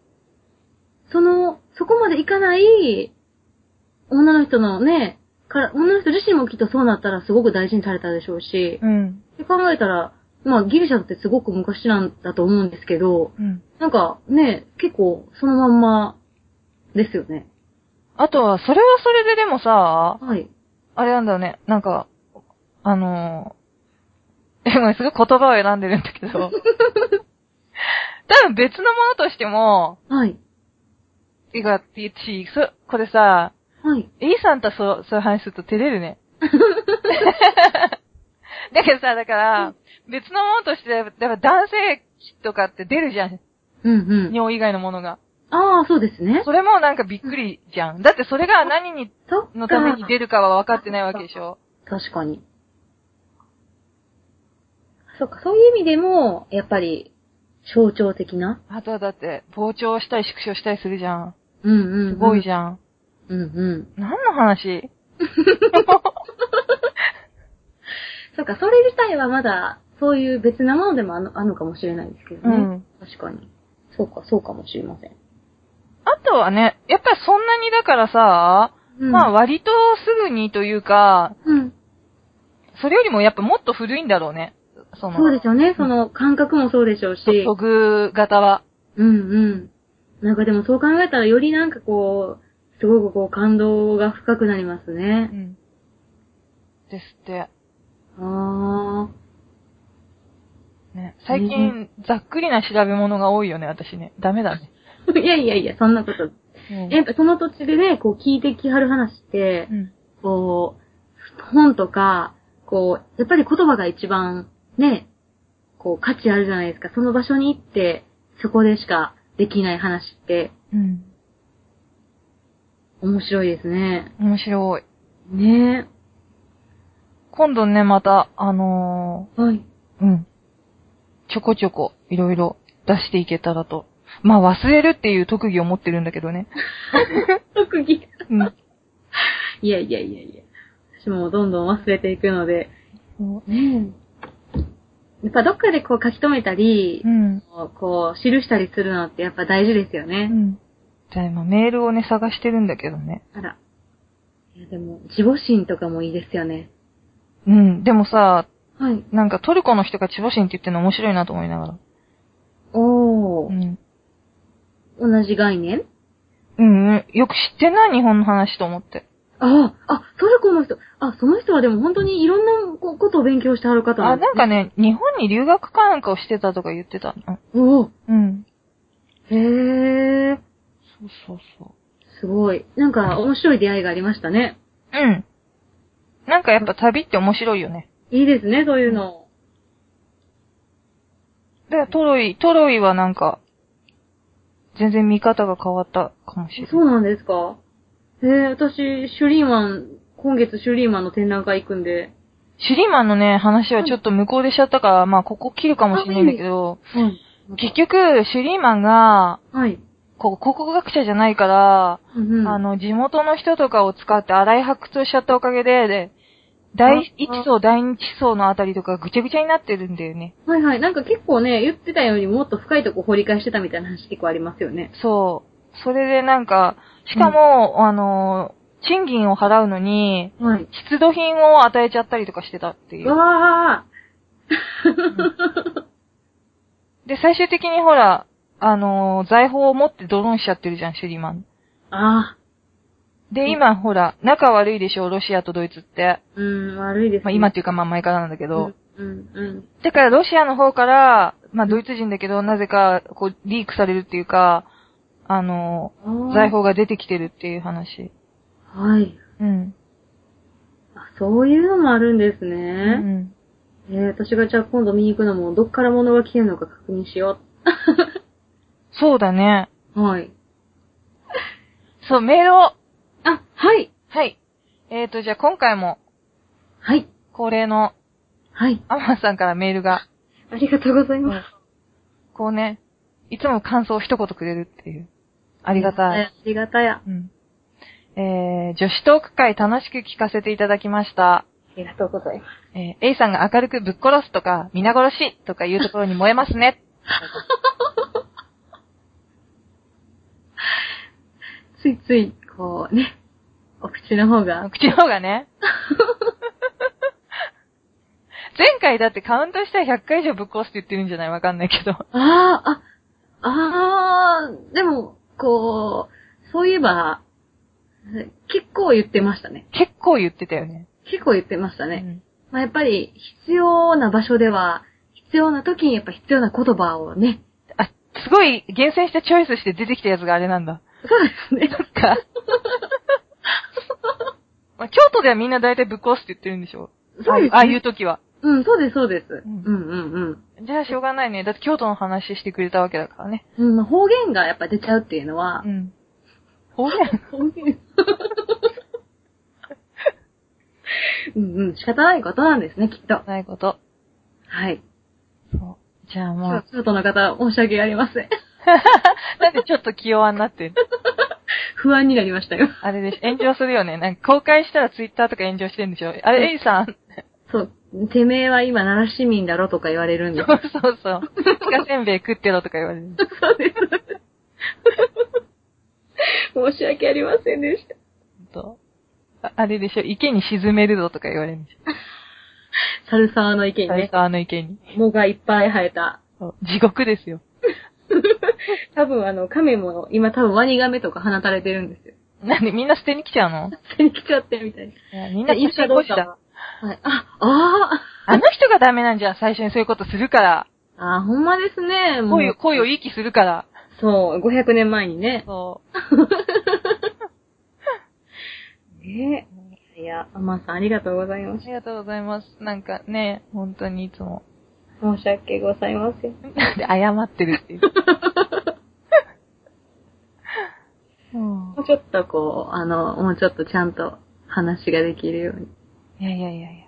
Speaker 2: その、そこまで行かない女の人のね、から、女の人自身もきっとそうなったらすごく大事にされたでしょうし、
Speaker 1: うん。
Speaker 2: って考えたら、まあギリシャだってすごく昔なんだと思うんですけど、
Speaker 1: うん。
Speaker 2: なんかね、結構そのまんまですよね。
Speaker 1: あとは、それはそれででもさ、
Speaker 2: はい。
Speaker 1: あれなんだよね、なんか、あのー、え、 ごめん、すごい言葉を選んでるんだけど、 多分別のものとしても、
Speaker 2: はい。
Speaker 1: いが、いち、そ、これさ、
Speaker 2: はい。
Speaker 1: イーさんとそう、そういう話すると照れるね。だけどさ、だから、別のものとして、やっぱ男性器とかって出るじゃん。
Speaker 2: うんうん。
Speaker 1: 尿以外のものが。
Speaker 2: ああ、そうですね。
Speaker 1: それもなんかびっくりじゃん。だってそれが何に、
Speaker 2: そっか
Speaker 1: のために出るかは分かってないわけでしょ。
Speaker 2: 確かに。そっか、そういう意味でも、やっぱり、象徴的な。
Speaker 1: あとはだって、膨張したり縮小したりするじゃん。
Speaker 2: うんうん、
Speaker 1: すごい
Speaker 2: ゃ
Speaker 1: じゃん。
Speaker 2: ん。うんうん。
Speaker 1: 何の話
Speaker 2: そっか、それ自体はまだ、そういう別なものでもあのあるのかもしれないですけどね。
Speaker 1: うん
Speaker 2: 確かに。そうか、そうかもしれません。
Speaker 1: あとはね、やっぱりそんなにだからさ、
Speaker 2: うん、
Speaker 1: まあ、割とすぐにというか、
Speaker 2: うん。
Speaker 1: それよりもやっぱもっと古いんだろうね。その、
Speaker 2: そうですよね、その感覚もそうでしょうし。
Speaker 1: と具型は。
Speaker 2: うんうん。なんかでもそう考えたら、よりなんかこう、すごくこう、感動が深くなります
Speaker 1: う
Speaker 2: ね。
Speaker 1: ん。ですって。
Speaker 2: ああ。
Speaker 1: ね、最
Speaker 2: う
Speaker 1: 近、ざっくりな調べ物が多いよね、私ね。ダメだね。
Speaker 2: いやいやいや、そんなこと。
Speaker 1: うん
Speaker 2: やっぱその土地でね、こう聞いてきはる話って
Speaker 1: う、ん。
Speaker 2: こう、本とか、こう、やっぱり言葉が一番ね、こう価値あるじゃないですか。その場所に行って、そこでしかできない話って
Speaker 1: うん。
Speaker 2: 面白いですね。
Speaker 1: 面白い。
Speaker 2: ね
Speaker 1: 今度ね、また、あの
Speaker 2: え。はい。
Speaker 1: ーうん。ちょこちょこ、いろいろ出していけたらと。まあ、忘れるっていう特技を持ってるんだけどね。
Speaker 2: 特技。
Speaker 1: うん。
Speaker 2: いやいやいやいや。私もどんどん忘れていくので。
Speaker 1: そ
Speaker 2: ねえ。やっぱどっかでこう書き留めたり
Speaker 1: うう、ん。
Speaker 2: こう記したりするのってやっぱ大事ですよ
Speaker 1: う
Speaker 2: ね。
Speaker 1: ん。じゃあ今、メールをね、探してるんだけどね。
Speaker 2: あら。いやでも、自母心とかもいいですよね。
Speaker 1: うん。でもさ、
Speaker 2: はい。
Speaker 1: なんかトルコの人がチボシンって言ってるの面白いなと思いながら。
Speaker 2: お
Speaker 1: う
Speaker 2: ー。
Speaker 1: ん。
Speaker 2: 同じ概念
Speaker 1: うん、うん。よく知ってんな、日本の話と思って。
Speaker 2: ああ、あ、トルコの人。あ、その人はでも本当にいろんなこことを勉強してはる方
Speaker 1: あ、
Speaker 2: なんで
Speaker 1: なんかね、日本に留学かなんかをしてたとか言ってたの。
Speaker 2: す。おー。
Speaker 1: うん。
Speaker 2: へー。
Speaker 1: そうそうそう。
Speaker 2: すごい。なんか面白い出会いがありましたね。
Speaker 1: うん。なんかやっぱ旅って面白いよね。
Speaker 2: いいですね、そういうの。
Speaker 1: で、トロイ、トロイはなんか、全然見方が変わったかもしれない。
Speaker 2: そうなんですかえー、私、シュリーマン、今月シュリーマンの展覧会行くんで。
Speaker 1: シュリーマンのね、話はちょっと向こうでしちゃったから、まあここ切るかもしれないんだけど、
Speaker 2: はい。
Speaker 1: 結局、シュリーマンが、
Speaker 2: はい。
Speaker 1: こう、考古学者じゃないから、
Speaker 2: うんうん、
Speaker 1: あの、地元の人とかを使って荒い発掘をしちゃったおかげで、で、第一層、第二層のあたりとかぐちゃぐちゃになってるんだよね。
Speaker 2: はいはい。なんか結構ね、言ってたようにもっと深いとこ掘り返してたみたいな話結構ありますよね。
Speaker 1: そう。それでなんか、しかも、あの、賃金を払うのに、
Speaker 2: はい。
Speaker 1: 出土品を与えちゃったりとかしてたっていう。
Speaker 2: わ
Speaker 1: で、最終的にほら、あの、財宝を持ってドローンしちゃってるじゃん、シュリーマン。
Speaker 2: ーあ
Speaker 1: で、今、ほら、仲悪いでしょ、ロシアとドイツって。
Speaker 2: ーうん、悪いです、ね。
Speaker 1: まあ、今っていうか、まあ、前からなんだけど。
Speaker 2: うん、うん、
Speaker 1: だから、ロシアの方から、まあ、ドイツ人だけど、なぜか、こう、リークされるっていうか、あの、
Speaker 2: うん。あー
Speaker 1: 財。宝が出てきてるっていう話。
Speaker 2: はい。
Speaker 1: うん。
Speaker 2: あそういうのもあるんです
Speaker 1: う
Speaker 2: ね。
Speaker 1: ん。
Speaker 2: えー、私がじゃあ今度見に行くのも、どっから物が来てるのか確認しよ
Speaker 1: そうだね。
Speaker 2: う。はい。
Speaker 1: そう、メールを。
Speaker 2: あ、はい。
Speaker 1: はい。えーと、じゃあ今回も
Speaker 2: はい。
Speaker 1: 恒例の
Speaker 2: はい。
Speaker 1: アマンさんからメールが、
Speaker 2: ありがとうございます。
Speaker 1: こうね、いつも感想を一言くれるっていう。ありがたい。
Speaker 2: ありがたや。あ
Speaker 1: うん。えー、女子トーク会楽しく聞かせていただきました。
Speaker 2: りがとうございます。
Speaker 1: えー、A さんが明るくぶっ殺すとか、皆殺しとかいうところに燃えますね。
Speaker 2: ついつい、こうね、お口の方が。
Speaker 1: 口の方が ね。前回だってカウントしたら100回以上ぶっ殺すって言ってるんじゃないわかんないけど。
Speaker 2: ああ、あ、ああ、でも、こう、そういえば、結構言ってましたね。
Speaker 1: 結構言ってたよね。
Speaker 2: 結構言ってました
Speaker 1: う
Speaker 2: ね。
Speaker 1: ん
Speaker 2: まあ、やっぱり、必要な場所では、必要な時にやっぱ必要な言葉をね。
Speaker 1: あ、すごい厳選してチョイスして出てきたやつがあれなん だ。
Speaker 2: そうですね。
Speaker 1: か。まあ、京都ではみんな大体ぶっ壊すって言ってるんでしょ
Speaker 2: そうです、ね。
Speaker 1: ああいう時は。
Speaker 2: うん、そうです、そうです。
Speaker 1: う
Speaker 2: うんん、うん、うん。
Speaker 1: じゃあしょうがないね。だって京都の話してくれたわけだからね。
Speaker 2: うん、方言がやっぱ出ちゃうっていうのは
Speaker 1: う、ん。方言
Speaker 2: 方言。うんうん、仕方ないことなんですね、きっと。
Speaker 1: ないこと。
Speaker 2: はい。
Speaker 1: そう。じゃあもう、
Speaker 2: 京都の方、申し訳ありません。
Speaker 1: なんでちょっと気弱になってる
Speaker 2: 不安になりましたよ。
Speaker 1: あれでしょ炎上するよね。なんか公開したらツイッターとか炎上してるんでしょあれ、エイさん。
Speaker 2: そう。てめえは今、奈良市民だろとか言われるんで
Speaker 1: そう
Speaker 2: す。
Speaker 1: そうそう。鹿せんべい食ってろとか言われる。
Speaker 2: そうです。申し訳ありませんでした。
Speaker 1: とああれでしょ池に沈めるぞとか言われるんでしょ
Speaker 2: 猿沢の意見
Speaker 1: 最
Speaker 2: ね
Speaker 1: 初。あの池に。
Speaker 2: 藻がいっぱい生えた。
Speaker 1: そう地獄ですよ。
Speaker 2: 多分あの、亀も、今多分ワニガメとか放たれてるん ですよ。
Speaker 1: なんでみんな捨てに来ちゃうの
Speaker 2: 手に来ちゃってみたい
Speaker 1: い
Speaker 2: な。
Speaker 1: やみんな
Speaker 2: 今
Speaker 1: 腰
Speaker 2: かど
Speaker 1: 越
Speaker 2: う
Speaker 1: し
Speaker 2: か
Speaker 1: だ
Speaker 2: は。。はい。あ、あ
Speaker 1: あの人がダメなんじゃん、最初にそういうことするから。
Speaker 2: ああー、ほんまですね。もう
Speaker 1: 恋を、恋をいい気するから。
Speaker 2: そう、500年前にね。
Speaker 1: そ。
Speaker 2: ねえ。いや、アマンさんありがとうございうま
Speaker 1: あ
Speaker 2: す
Speaker 1: り。がとうございます。なんかね、本当にいつも。
Speaker 2: 申し訳ございません。
Speaker 1: なんで謝ってるっていう。
Speaker 2: ちょっとこう、あの、もうちょっとちゃんと話ができるように。
Speaker 1: いやいやいやいや。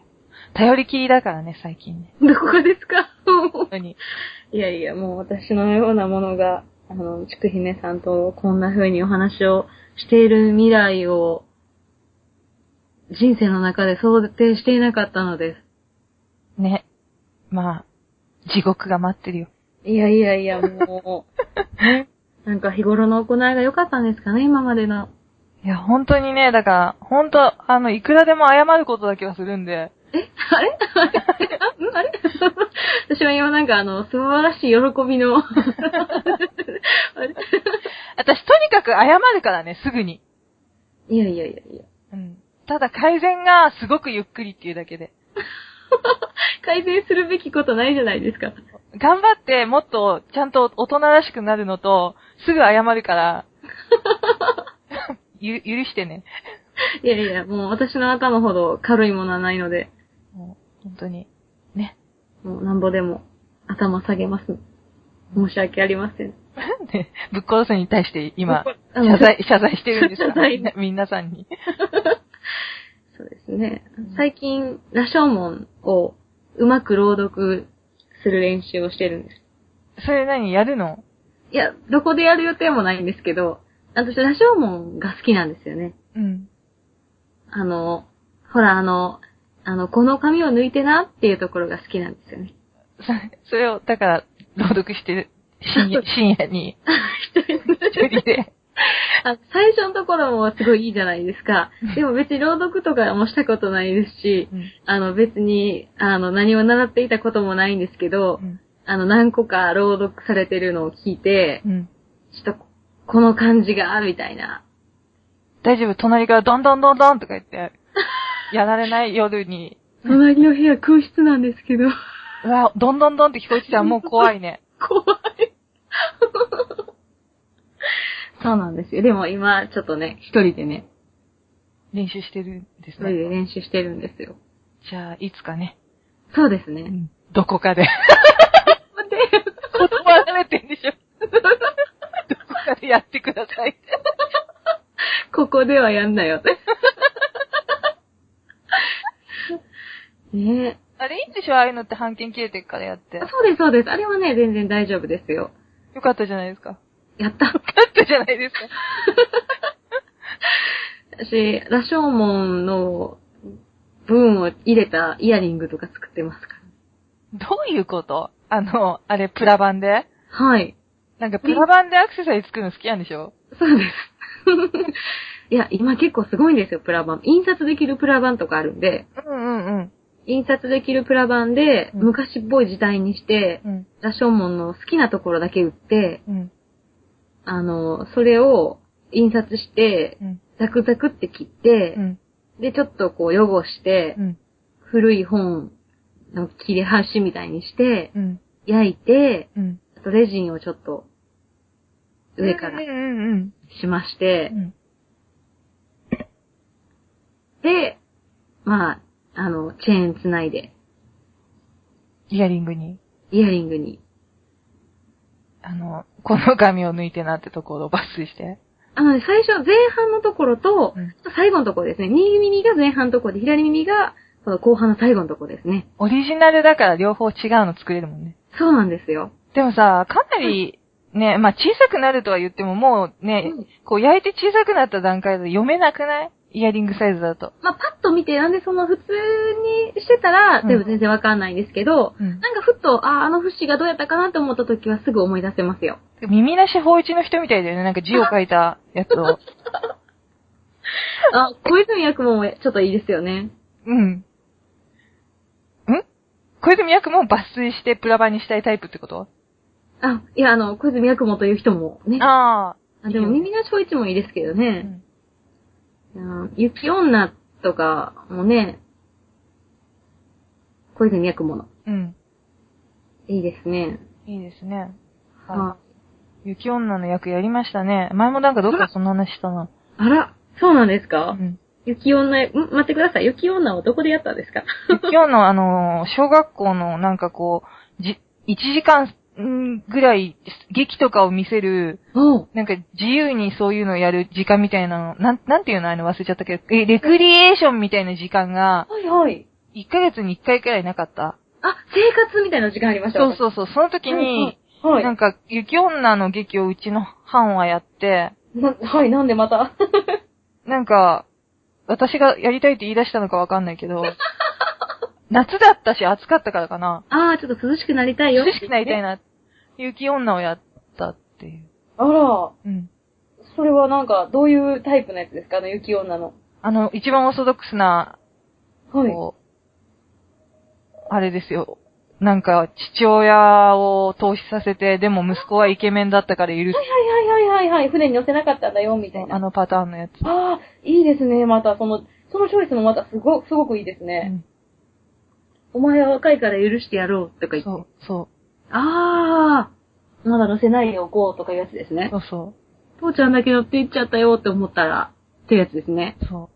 Speaker 1: 頼りきりだからね、最近ね。
Speaker 2: どこですか
Speaker 1: 本当に。
Speaker 2: いやいや、もう私のようなものが、あの、ちくひねさんとこんな風にお話をしている未来を、人生の中で想定していなかったので
Speaker 1: ね。まあ、地獄が待ってるよ。
Speaker 2: す。いやいやいや、も う、ね。なんか日頃の行いが良かったんですかね、今まで の。
Speaker 1: いや、本当にね、だから、本当あの、いくらでも謝ることだけはするんで、
Speaker 2: えあれ あれうんあれ 私は今なんかあの、素晴らしい喜びの。
Speaker 1: 私とにかく謝るからね、すぐに。
Speaker 2: いやいやいやいや。
Speaker 1: うん。ただ改善がすごくゆっくりっていうだけで。
Speaker 2: 改善するべきことないじゃないですか。
Speaker 1: 頑張ってもっとちゃんと大人らしくなるのと、すぐ謝るから、ゆ、許してね。
Speaker 2: いやいや、もう私の頭ほど軽いものはないので、
Speaker 1: もう、本当に。ね。
Speaker 2: もうなんぼでも頭下げます。申し訳ありません。
Speaker 1: ね ぶっ殺すに対して今、
Speaker 2: あの
Speaker 1: 謝罪、謝罪してるんですか
Speaker 2: 謝罪
Speaker 1: みんな みんなさんに。
Speaker 2: そうですね
Speaker 1: うん。
Speaker 2: 最近、羅生門をうまく朗読する練習をしてるんです。
Speaker 1: それ何やるの
Speaker 2: いや、どこでやる予定もないんですけど、私、羅生門が好きなんですよね。
Speaker 1: うん。
Speaker 2: あの、ほら、あの、あの、この髪を抜いてなっていうところが好きなんですよね。
Speaker 1: それそれを、だから、朗読してる。深夜、深夜に、
Speaker 2: 一人で
Speaker 1: 一人で。
Speaker 2: あ最初のところもすごいいいじゃないですか。でも別に朗読とかもしたことないですし、
Speaker 1: うん
Speaker 2: あの別に、あの何を習っていたこともないんですけど
Speaker 1: う、ん。
Speaker 2: あの何個か朗読されてるのを聞いて、
Speaker 1: うん。
Speaker 2: ちょっとこの感じがあるみたいな。
Speaker 1: 大丈夫、隣からどんどんどんどんとか言って、やられない夜に、
Speaker 2: 隣の部屋空室なんですけど、
Speaker 1: うわ、どんどんどんって聞こえてたらもう怖いね。
Speaker 2: 怖い。そうなんですよ。でも今ちょっとね、一人でね、
Speaker 1: 練習してるんです
Speaker 2: 一人
Speaker 1: ね。
Speaker 2: で練習してるんですよ。
Speaker 1: じゃあ、いつかね、
Speaker 2: そうです
Speaker 1: う
Speaker 2: ね。
Speaker 1: ん、どこかで。
Speaker 2: 待って
Speaker 1: 断られてんでしょ。どこかでやってください。
Speaker 2: ここではやんなよって。ね
Speaker 1: あれいいんでしょああいうのって半券切れてるからやって
Speaker 2: え。。そうです、そうです。あれはね、全然大丈夫ですよ。
Speaker 1: よかったじゃないですか。よ
Speaker 2: やった。
Speaker 1: かったじゃないですか。
Speaker 2: 私、羅生門の文を入れたイヤリングとか作ってますか
Speaker 1: どういうことあの、あれ、プラ版で
Speaker 2: ら。はい。
Speaker 1: なんか、プラ版でアクセサリー作るの好きなんでしょ
Speaker 2: そうです。いや、今結構す ごいんですよ、プラ版。印刷できるプラ版とかあるんで、
Speaker 1: うんうんうん。
Speaker 2: 印刷できるプラ版で、
Speaker 1: うん
Speaker 2: 昔っぽい時代にして、
Speaker 1: うん。
Speaker 2: 羅生門の好きなところだけ売って、
Speaker 1: うん。
Speaker 2: あの、それを印刷して、
Speaker 1: うん。
Speaker 2: ザクザクって切って、
Speaker 1: うん。
Speaker 2: で、ちょっとこう汚して、
Speaker 1: うん。
Speaker 2: 古い本の切れ端みたいにして、
Speaker 1: うん。
Speaker 2: 焼いて、
Speaker 1: うん。
Speaker 2: あとレジンをちょっと上から
Speaker 1: うんうんうん。
Speaker 2: しまして
Speaker 1: う、ん。
Speaker 2: で、まあ、あの、チェーンつないで、
Speaker 1: イヤリングに、
Speaker 2: イヤリングに。
Speaker 1: あの、この髪を抜いてなってところを抜粋して。
Speaker 2: あのね、最初、前半のところと
Speaker 1: うん、
Speaker 2: 最後のところですね。右耳が前半のところで、左耳が、この後半の最後のところですね。
Speaker 1: オリジナルだから両方違うの作れるもんね。
Speaker 2: そうなんですよ。
Speaker 1: でもさ、かなり、ね、まあ、小さくなるとは言っても、もうね、
Speaker 2: うん
Speaker 1: こう焼いて小さくなった段階で読めなくないイヤリングサイズだと。
Speaker 2: まあ、パッと見て、なんでその普通にしてたら、
Speaker 1: うん
Speaker 2: でも全然わかんないんですけど、
Speaker 1: うん
Speaker 2: なんかふっと、ああ、あの節がどうやったかなと思った時はすぐ思い出せますよ。
Speaker 1: 耳なし法一の人みたいだよね。なんか字を書いたやつを。
Speaker 2: あ、小泉役もちょっといいですよね。
Speaker 1: うん。ん小泉役も抜粋してプラバンにしたいタイプってこと
Speaker 2: あ、いや、あの、小泉役もという人もね。あ
Speaker 1: ああ。
Speaker 2: でも、
Speaker 1: いいよ
Speaker 2: 耳の小一もいいですけど
Speaker 1: う
Speaker 2: ね。
Speaker 1: ん
Speaker 2: うん、雪女とかもね、小泉役もの。
Speaker 1: うん。
Speaker 2: いいですね。
Speaker 1: いいですね。
Speaker 2: あ
Speaker 1: は、い。雪女の役やりましたね。前もなんかどっかそんな話したな。
Speaker 2: あら、そうなんです
Speaker 1: う
Speaker 2: か、
Speaker 1: ん。
Speaker 2: 雪女、ん待ってください。雪女をどこでやったんですか
Speaker 1: 雪女、あの、小学校のなんかこう、じ、1時間んぐらい、劇とかを見せる、
Speaker 2: うん。
Speaker 1: なんか自由にそういうのをやる時間みたいなの、なん、なんていうのあの忘れちゃったけど、え、レクリエーションみたいな時間が、
Speaker 2: はいはい。
Speaker 1: 1ヶ月に1回くらいなかった。
Speaker 2: あ、生活みたいな時間ありました
Speaker 1: そうそうそう、その時
Speaker 2: はい
Speaker 1: に、
Speaker 2: はい
Speaker 1: な。んか、雪女の劇をうちの班はやって、
Speaker 2: な はい、なんでまた。
Speaker 1: なんか、私がやりたいって言い出したのかわかんないけど、夏だったし暑かったからかな。
Speaker 2: ああ、ちょっと涼しくなりたいよ。
Speaker 1: 涼しくなりたい
Speaker 2: な。
Speaker 1: な。雪女をやったっていう。
Speaker 2: あら、
Speaker 1: うん。
Speaker 2: それはなんか、どういうタイプのやつですかあの、雪女の。
Speaker 1: あの、一番オーソドックスな、
Speaker 2: はい。
Speaker 1: こう、あれですよ。なんか、父親を投資させて、でも息子はイケメンだったから許す。
Speaker 2: はいはいはいはいはい、船に乗せなかったんだよ、みたいな。
Speaker 1: あ
Speaker 2: あ
Speaker 1: のパターンのやつ。
Speaker 2: あー、いいですね、また、その、そのチョイスもまたすご、すごくいいです
Speaker 1: う
Speaker 2: ね。
Speaker 1: ん
Speaker 2: お前は若いから許してやろう、とか言って。
Speaker 1: そう、そ
Speaker 2: ああ、まだ乗せないよ、こう、とかいうやつです
Speaker 1: う、
Speaker 2: ね
Speaker 1: そ。うそ
Speaker 2: 父ちゃんだけ乗って行っちゃったよって思ったら、っていうやつですね。
Speaker 1: う、そ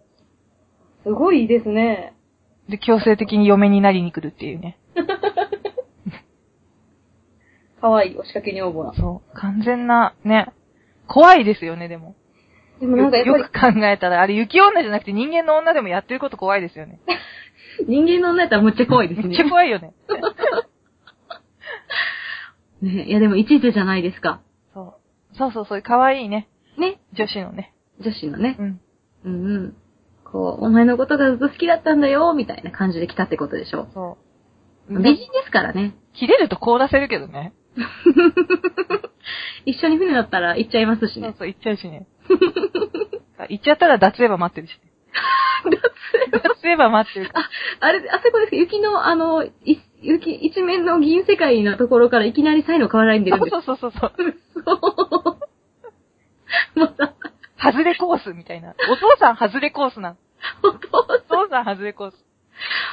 Speaker 2: すごいいいですね。
Speaker 1: う。で、強制的に嫁になりに来るっていうね。
Speaker 2: かわいい、お仕掛け女房な。
Speaker 1: そう、完全な、ね。怖いですよね、でも。
Speaker 2: でもな
Speaker 1: よ
Speaker 2: んかやっぱ
Speaker 1: よ
Speaker 2: り
Speaker 1: く、考えたら、あれ雪女じゃなくて人間の女でもやってること怖いですよね。
Speaker 2: 人間の女やったらむっちゃ怖いです
Speaker 1: めっ
Speaker 2: ね
Speaker 1: ち。ゃ怖いよね。
Speaker 2: ねいやでもいちいちじゃないですか。
Speaker 1: そう。そうそうそう、可愛いね。
Speaker 2: ね。
Speaker 1: 女子のね。
Speaker 2: 女子のね
Speaker 1: う。ん。
Speaker 2: うんうん。こう、お前のことがずっと好きだったんだよ、みたいな感じで来たってことでしょ
Speaker 1: そう。
Speaker 2: う。美人ですからね。
Speaker 1: 切れると凍らせるけどね。
Speaker 2: 一緒に船だったら行っちゃいますし
Speaker 1: そう
Speaker 2: ね。
Speaker 1: そう、行っちゃうしね。 あ行っちゃったら脱税ば待ってるし。 脱税ば待ってるから。
Speaker 2: あれ、あそこですか雪の、あの、い雪、一面の銀世界のところからいきなりサイの変わらないんでるんです
Speaker 1: そうそうそうそう。
Speaker 2: また、
Speaker 1: ハズレコースみたいな。お父さんハズレコースな。
Speaker 2: お父さん
Speaker 1: お父さんハズレコース。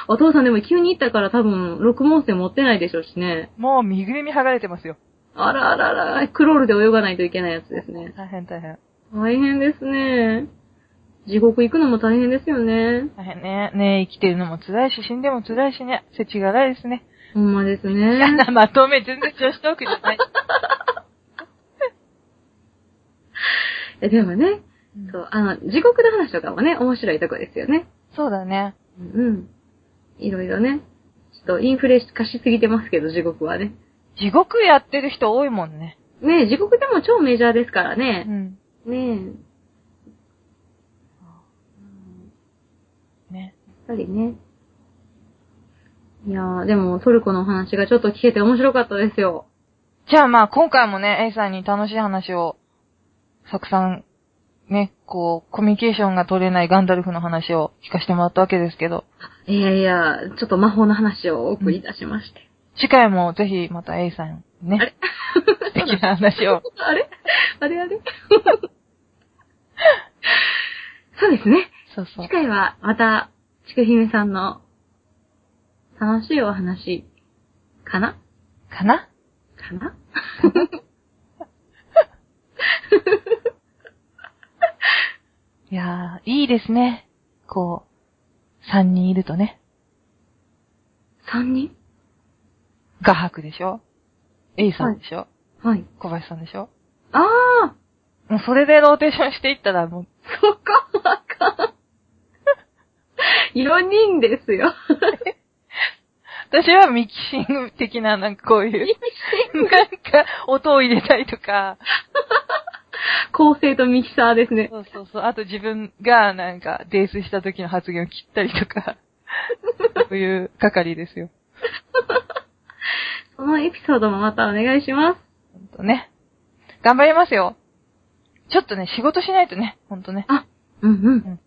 Speaker 2: お父さんでも急に行ったから多分、六門線持ってないでしょうしね。
Speaker 1: もう身ぐるみ剥がれてますよ。
Speaker 2: あらあらあら、クロールで泳がないといけないやつですね。
Speaker 1: 大変大変。
Speaker 2: 大変ですね。地獄行くのも大変ですよね。
Speaker 1: 大変ね。ね生きてるのも辛いし、死んでも辛いしね。世知辛いですね。
Speaker 2: ほんまです
Speaker 1: あん
Speaker 2: ね。
Speaker 1: な まとめ全然女子トークじゃない。
Speaker 2: え、でもね、
Speaker 1: うん
Speaker 2: そう、あの、地獄の話とかもね、面白いとこですよね。
Speaker 1: そうだね。
Speaker 2: うん。いろいろね。ちょっとインフレ化しすぎてますけど、地獄はね。
Speaker 1: 地獄やってる人多いもんね。
Speaker 2: ねえ、地獄でも超メジャーですからね
Speaker 1: う。ん。
Speaker 2: ねえ。
Speaker 1: ね。
Speaker 2: やっぱりね。いやー、でもトルコのお話がちょっと聞けて面白かったですよ。
Speaker 1: じゃあまあ今回もね、A さんに楽しい話を、たくさん、ね、こう、コミュニケーションが取れないガンダルフの話を聞かせてもらったわけですけど、
Speaker 2: いやいや、ちょっと魔法の話をお送りいたしまして。
Speaker 1: 次回もぜひまた A さんに
Speaker 2: あ
Speaker 1: ね、
Speaker 2: れ
Speaker 1: 素敵な話を。
Speaker 2: あれ あれあれそうですね。
Speaker 1: そうそう
Speaker 2: 次。回はまた、ちくひめさんの楽しいお話、かな
Speaker 1: かな
Speaker 2: かな
Speaker 1: いやー、いいですね。こう、3人いるとね、
Speaker 2: 三人
Speaker 1: 画伯でしょ ?A さんでしょ、
Speaker 2: はい。
Speaker 1: 小林さんでしょ
Speaker 2: ああ
Speaker 1: もうそれでローテーションしていったらもう、
Speaker 2: そこはか。4人です よ。
Speaker 1: 私はミキシング的な、なんかこう いう、なんか音を入れたりとか、
Speaker 2: 構成とミキサーですね。
Speaker 1: そうそうそう、あと自分がなんか泥酔した時の発言を切ったりとか、そういう係ですよ。
Speaker 2: そのエピソードもまたお願いします。
Speaker 1: ほんとね。頑張りますよ。ちょっとね、仕事しないとね、ほんとね。
Speaker 2: うんうん。
Speaker 1: ん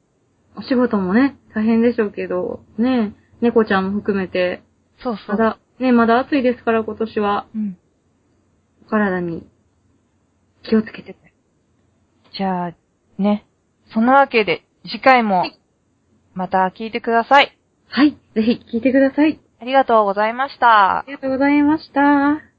Speaker 2: お仕事もね、大変でしょうけど、ねえ、猫ちゃんも含めて、
Speaker 1: そうそ
Speaker 2: ま
Speaker 1: う。
Speaker 2: だ、ねえまだ暑いですから今年は、
Speaker 1: うん。
Speaker 2: お体に気をつけて。
Speaker 1: じゃあ、ね。そんなわけで、次回も、また聞いてください。
Speaker 2: はい、ぜひ聞いてください。
Speaker 1: ありがとうございました
Speaker 2: あ。りがとうございました。